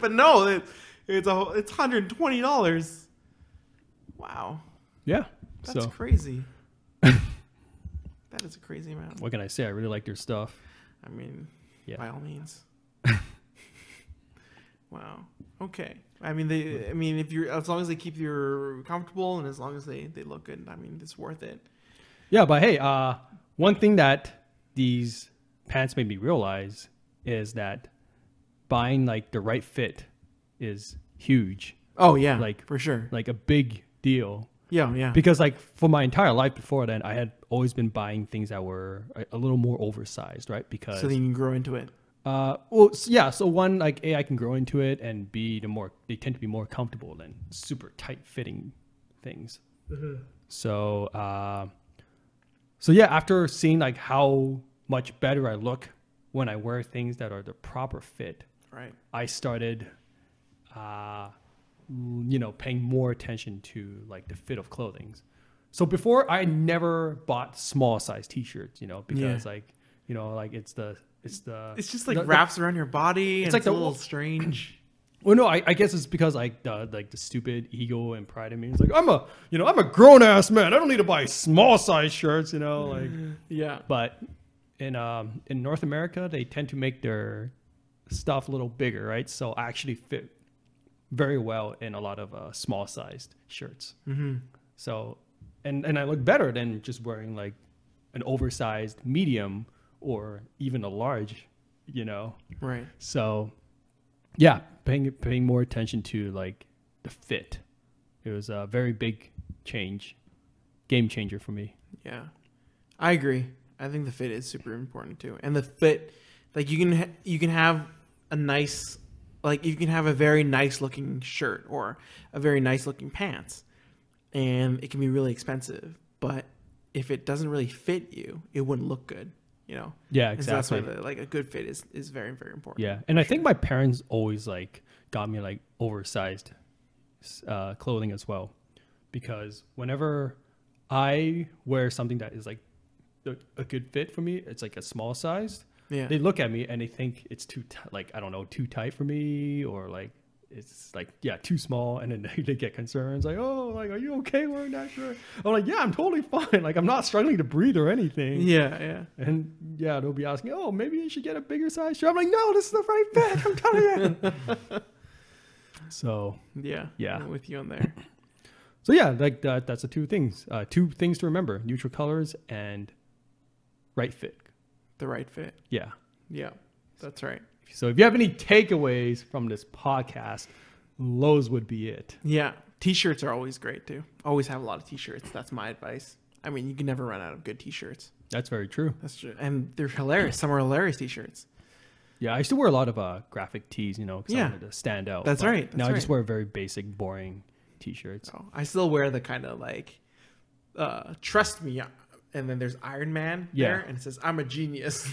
Speaker 2: but no, it, it's a whole- it's hundred twenty dollars. Wow,
Speaker 1: yeah.
Speaker 2: that's
Speaker 1: so,
Speaker 2: (laughs) crazy. that is a crazy amount.
Speaker 1: what can I say? I really like their stuff.
Speaker 2: I mean,
Speaker 1: Yeah.
Speaker 2: by all (laughs) means. wow. Okay. I mean, they. I mean, if you're as long as they keep you comfortable and as long as they they look good, I mean, it's worth it.
Speaker 1: Yeah, but hey, uh, one thing that these pants made me realize is that buying like the right fit is huge,
Speaker 2: Oh yeah,
Speaker 1: Like-
Speaker 2: for sure.
Speaker 1: like a big deal.
Speaker 2: yeah, yeah.
Speaker 1: Because like for my entire life before then, I had always been buying things that were a, a little more oversized, right? Because
Speaker 2: so then you can grow into it.
Speaker 1: uh, well, s- yeah. So one, like a, I can grow into it, and b, the more they tend to be more comfortable than super tight fitting things. So, uh, so yeah. After seeing like how much better I look when I wear things that are the proper fit,
Speaker 2: Right.
Speaker 1: I started, uh, l- you know, paying more attention to like the fit of clothing. So before, I never bought small size T-shirts, you know, because like you know, like it's the it's the
Speaker 2: It's just like
Speaker 1: the- the-
Speaker 2: wraps around your body.
Speaker 1: It's
Speaker 2: It's
Speaker 1: like
Speaker 2: like it's a
Speaker 1: the- (clears throat)
Speaker 2: little strange.
Speaker 1: Well, no, I, I guess it's because like the like the stupid ego and pride in me. It's like I'm a you know I'm a grown ass man. I don't need to buy small size shirts. You know like,
Speaker 2: yeah.
Speaker 1: but in um in North America they tend to make their stuff a little bigger, right? So I actually fit very well in a lot of uh, small sized shirts.
Speaker 2: Mm-hmm.
Speaker 1: So and and I look better than just wearing like an oversized medium or even a large. You know.
Speaker 2: Right.
Speaker 1: So, yeah, paying paying more attention to like the fit. It was a very big change, game changer for me.
Speaker 2: Yeah. I agree. I think the fit is super important too, and the fit, like you can ha- you can have a nice, like you can have a very nice looking shirt or a very nice looking pants, and it can be really expensive. But if it doesn't really fit you, it wouldn't look good. You know.
Speaker 1: Yeah,
Speaker 2: And so that's why
Speaker 1: exactly.
Speaker 2: the, like a good fit is is very very important.
Speaker 1: Yeah, and I think my parents always like got me like oversized uh, clothing as well, because whenever I wear something that is like a, a good fit for me, it's like a small size.
Speaker 2: Yeah.
Speaker 1: They look at me and they think it's too t- like I don't know too tight for me or like it's like yeah too small and then (laughs) they, they get concerns like oh like are you okay wearing that shirt? I'm like yeah I'm totally fine like I'm not struggling to breathe or anything.
Speaker 2: Yeah. Yeah.
Speaker 1: And yeah, they'll be asking, oh, maybe you should get a bigger size shirt. I'm like, no, this is the right fit. I'm telling you.
Speaker 2: (laughs)
Speaker 1: so,
Speaker 2: Yeah.
Speaker 1: Yeah.
Speaker 2: I'm with you on there.
Speaker 1: so yeah, like that, that's the two things, uh, two things to remember: neutral colors and right fit.
Speaker 2: The right fit.
Speaker 1: Yeah.
Speaker 2: Yeah, that's right.
Speaker 1: So if you have any takeaways from this podcast, those would be it.
Speaker 2: Yeah, T-shirts are always great too. Always have a lot of T-shirts. That's my advice. I mean, you can never run out of good T-shirts.
Speaker 1: That's very true.
Speaker 2: That's true, and they're hilarious. Some are hilarious T-shirts.
Speaker 1: Yeah, I used to wear a lot of uh, graphic tees, you know, because
Speaker 2: Yeah.
Speaker 1: I wanted to stand out.
Speaker 2: That's
Speaker 1: but
Speaker 2: right,
Speaker 1: now
Speaker 2: that's
Speaker 1: I just
Speaker 2: right.
Speaker 1: wear very basic, boring t-shirts.
Speaker 2: So I still wear the kind of like, uh, trust me, and then there's Iron Man there,
Speaker 1: Yeah.
Speaker 2: and it says I'm a genius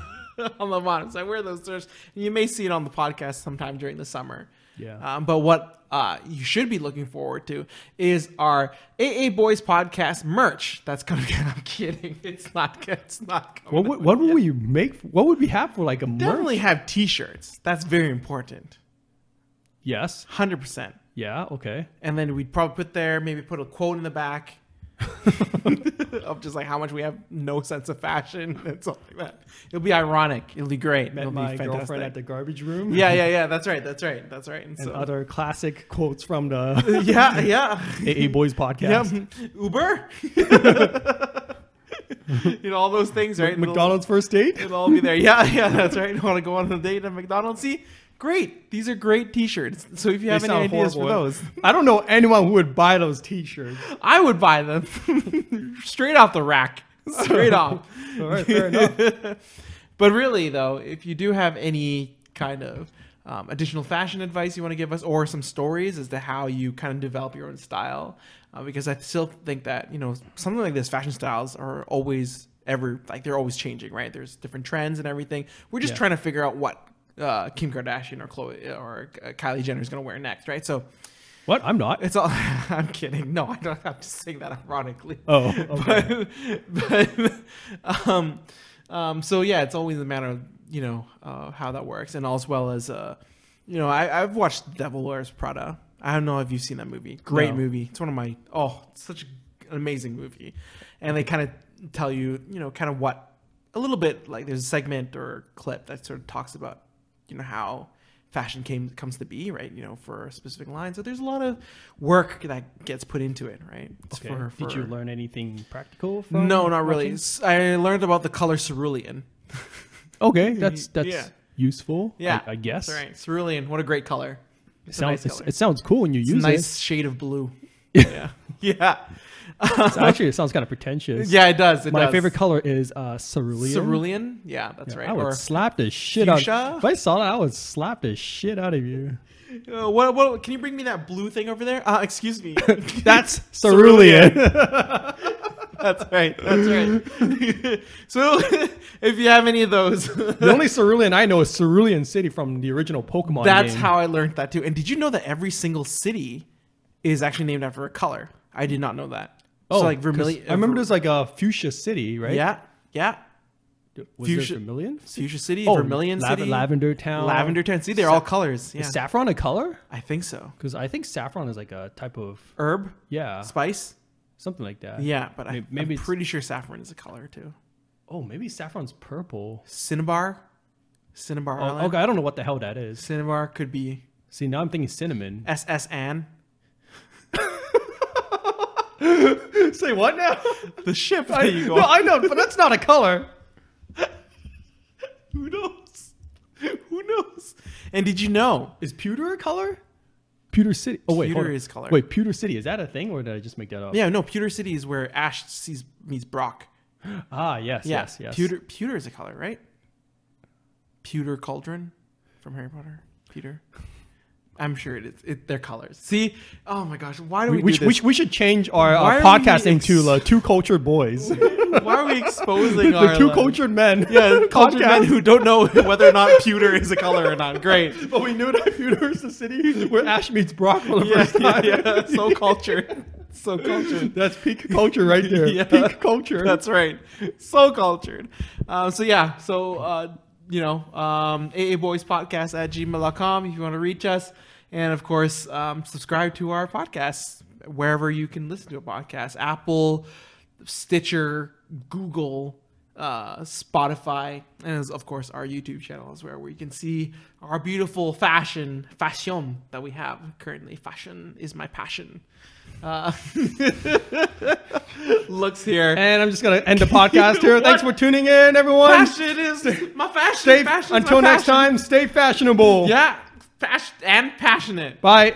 Speaker 2: (laughs) on the bottom. So I wear those shirts, and you may see it on the podcast sometime during the summer.
Speaker 1: Yeah.
Speaker 2: Um, but what uh, you should be looking forward to is our AA Boys podcast merch. That's gonna. Be, (laughs) I'm kidding. It's not. It's not.
Speaker 1: what
Speaker 2: Coming up.
Speaker 1: would, what would we make? What would we have for like a merch?
Speaker 2: definitely have T-shirts. That's very important.
Speaker 1: Yes.
Speaker 2: Hundred percent.
Speaker 1: Yeah. Okay.
Speaker 2: And then we'd probably put there, maybe put a quote in the back (laughs) of just like how much we have no sense of fashion (laughs) and stuff like that. It'll be ironic. It'll be great.
Speaker 1: Met
Speaker 2: It'll
Speaker 1: my
Speaker 2: be fantastic.
Speaker 1: girlfriend at the garbage room.
Speaker 2: yeah, yeah, yeah. That's right. That's right. That's right. And,
Speaker 1: And
Speaker 2: so,
Speaker 1: other classic quotes from the (laughs)
Speaker 2: (laughs) yeah, yeah.
Speaker 1: AA Boys
Speaker 2: Yeah,
Speaker 1: podcast.
Speaker 2: (laughs) Uber. you know all those things, right? And it'll-
Speaker 1: McDonald's first date.
Speaker 2: It'll all be there. Yeah, (laughs) yeah, that's right. Want to go on a date at McDonald's? See, great. These are great T-shirts. So if you have any ideas for those,
Speaker 1: I don't know anyone who would buy those T-shirts.
Speaker 2: I would buy them (laughs) straight off the rack, straight off.
Speaker 1: (laughs) All right, fair enough.
Speaker 2: (laughs) But really, though, if you do have any kind of um, additional fashion advice you want to give us, or some stories as to how you kind of develop your own style, uh, because I still think that you know something like this, fashion styles are always ever like they're always changing, right? There's different trends and everything. We're just
Speaker 1: Yeah.
Speaker 2: trying to figure out what uh, Kim Kardashian or Chloe or uh, Kylie Jenner is going to wear next, right? So
Speaker 1: What? I'm not.
Speaker 2: it's all. (laughs) I'm kidding. No, I don't have to say that ironically
Speaker 1: (laughs) Oh, okay.
Speaker 2: (laughs) but, but (laughs) um, um, so yeah, it's always a matter of you know uh, how that works, and as well as uh, you know, I, I've watched Devil Wears Prada. I don't know if you've seen that movie. Great
Speaker 1: No.
Speaker 2: movie. It's one of my oh, it's such an amazing movie, and they kind of tell you you know kind of what a little bit like there's a segment or clip that sort of talks about you know how fashion came comes to be right you know for a specific line so there's a lot of work that gets put into it right It's
Speaker 1: Okay.
Speaker 2: for-
Speaker 1: Did
Speaker 2: for-
Speaker 1: you learn anything practical? From
Speaker 2: no, not really.
Speaker 1: watching?
Speaker 2: S- I learned about the color cerulean.
Speaker 1: Okay, that's that's
Speaker 2: Yeah.
Speaker 1: useful.
Speaker 2: Yeah,
Speaker 1: I, I guess.
Speaker 2: That's right. Cerulean. What a great color.
Speaker 1: It
Speaker 2: It's a
Speaker 1: sounds
Speaker 2: nice color.
Speaker 1: it sounds cool when you
Speaker 2: It's a
Speaker 1: use
Speaker 2: nice shade of blue.
Speaker 1: (laughs) Yeah.
Speaker 2: yeah. (laughs)
Speaker 1: it. Actually, it sounds kind of pretentious.
Speaker 2: Yeah, it does. It
Speaker 1: My
Speaker 2: does.
Speaker 1: favorite color is uh, cerulean.
Speaker 2: cerulean. Yeah, that's
Speaker 1: Yeah,
Speaker 2: right.
Speaker 1: I would
Speaker 2: Or
Speaker 1: slap the shit out.
Speaker 2: fuchsia?
Speaker 1: If I saw that, I would slap the shit out of
Speaker 2: (laughs)
Speaker 1: you.
Speaker 2: uh, what, what? Can you bring me that blue thing over there? Uh,
Speaker 1: (laughs)
Speaker 2: excuse me.
Speaker 1: That's cerulean.
Speaker 2: that's right. That's right. (laughs) so, if you have any of
Speaker 1: (laughs)
Speaker 2: those, (laughs)
Speaker 1: the only cerulean I know is Cerulean City from the original Pokemon.
Speaker 2: that's
Speaker 1: game.
Speaker 2: how I learned that too. And did you know that every single city is actually named after a color? I did not know that.
Speaker 1: Oh,
Speaker 2: so like
Speaker 1: 'cause
Speaker 2: vermilion.
Speaker 1: I remember there's like a fuchsia city, right?
Speaker 2: Yeah, yeah.
Speaker 1: Was there
Speaker 2: fuchsia-
Speaker 1: vermilion?
Speaker 2: Fuchsia City,
Speaker 1: Oh,
Speaker 2: Vermilion
Speaker 1: lav-
Speaker 2: City,
Speaker 1: Lavender Town.
Speaker 2: Lavender Town. See, they're all colors. Yeah,
Speaker 1: Is saffron a color?
Speaker 2: I think so.
Speaker 1: Because I think saffron is like a type of
Speaker 2: Herb,
Speaker 1: yeah,
Speaker 2: spice.
Speaker 1: something like that.
Speaker 2: Yeah, but I,
Speaker 1: May- maybe
Speaker 2: I'm
Speaker 1: it's-
Speaker 2: pretty sure saffron is a color too.
Speaker 1: Oh, maybe saffron's purple.
Speaker 2: Cinnabar, Cinnabar
Speaker 1: Oh,
Speaker 2: Island.
Speaker 1: okay, I don't know what the hell that is.
Speaker 2: Cinnabar could be
Speaker 1: See, now I'm thinking
Speaker 2: (laughs)
Speaker 1: cinnamon.
Speaker 2: SSN.
Speaker 1: Say what (laughs) now?
Speaker 2: The ship. There you go.
Speaker 1: No, I know, but that's not a color.
Speaker 2: (laughs) Who knows? Who knows? And did you know?
Speaker 1: Is pewter a color? Pewter City. Oh wait, hold
Speaker 2: Pewter
Speaker 1: on.
Speaker 2: is color.
Speaker 1: Wait, pewter city is that a thing, or did I just make that up?
Speaker 2: Yeah, no. Pewter City is where Ash sees meets Brock.
Speaker 1: Ah, yes,
Speaker 2: Yeah.
Speaker 1: yes, yes.
Speaker 2: Pewter. Pewter is a color, right? Pewter cauldron from Harry Potter. Pewter. I'm sure it is. It, they're colors. See? Oh my gosh! Why do we,
Speaker 1: We, we,
Speaker 2: do
Speaker 1: sh-
Speaker 2: this?
Speaker 1: we, sh- we should change our
Speaker 2: Why
Speaker 1: uh,
Speaker 2: are
Speaker 1: podcast
Speaker 2: we
Speaker 1: name to
Speaker 2: ex-
Speaker 1: uh, Two Cultured
Speaker 2: (laughs)
Speaker 1: Boys. the (laughs)
Speaker 2: Why are we exposing our
Speaker 1: Two
Speaker 2: like-
Speaker 1: Cultured Men.
Speaker 2: (laughs) Yeah, cultured
Speaker 1: (laughs)
Speaker 2: men
Speaker 1: podcast.
Speaker 2: who don't know whether or not pewter is a color or
Speaker 1: (laughs)
Speaker 2: not. Great.
Speaker 1: But we knew that Pewter is the city where Ash meets Brock for the
Speaker 2: Yeah,
Speaker 1: first
Speaker 2: (laughs) yeah,
Speaker 1: time.
Speaker 2: yeah. So
Speaker 1: (laughs)
Speaker 2: cultured. So cultured.
Speaker 1: That's peak culture right there.
Speaker 2: Yeah.
Speaker 1: Peak culture.
Speaker 2: That's right. So cultured. Um, so yeah. So uh, you know, um, AA Boys Podcast at gmail.com if you want to reach us, and of course, um, subscribe to our podcast wherever you can listen to a podcast: Apple, Stitcher, Google. Uh, Spotify, and as, of course our YouTube channel is where we can see our beautiful fashion, fashion that we have currently. Fashion is my passion. Uh, (laughs) looks here.
Speaker 1: and I'm just gonna end
Speaker 2: (laughs)
Speaker 1: the podcast here. Thanks for tuning in, everyone.
Speaker 2: Fashion is my fashion.
Speaker 1: Stay
Speaker 2: Fashion's my
Speaker 1: until next
Speaker 2: passion.
Speaker 1: time. Stay fashionable.
Speaker 2: Yeah, fashion and passionate.
Speaker 1: Bye.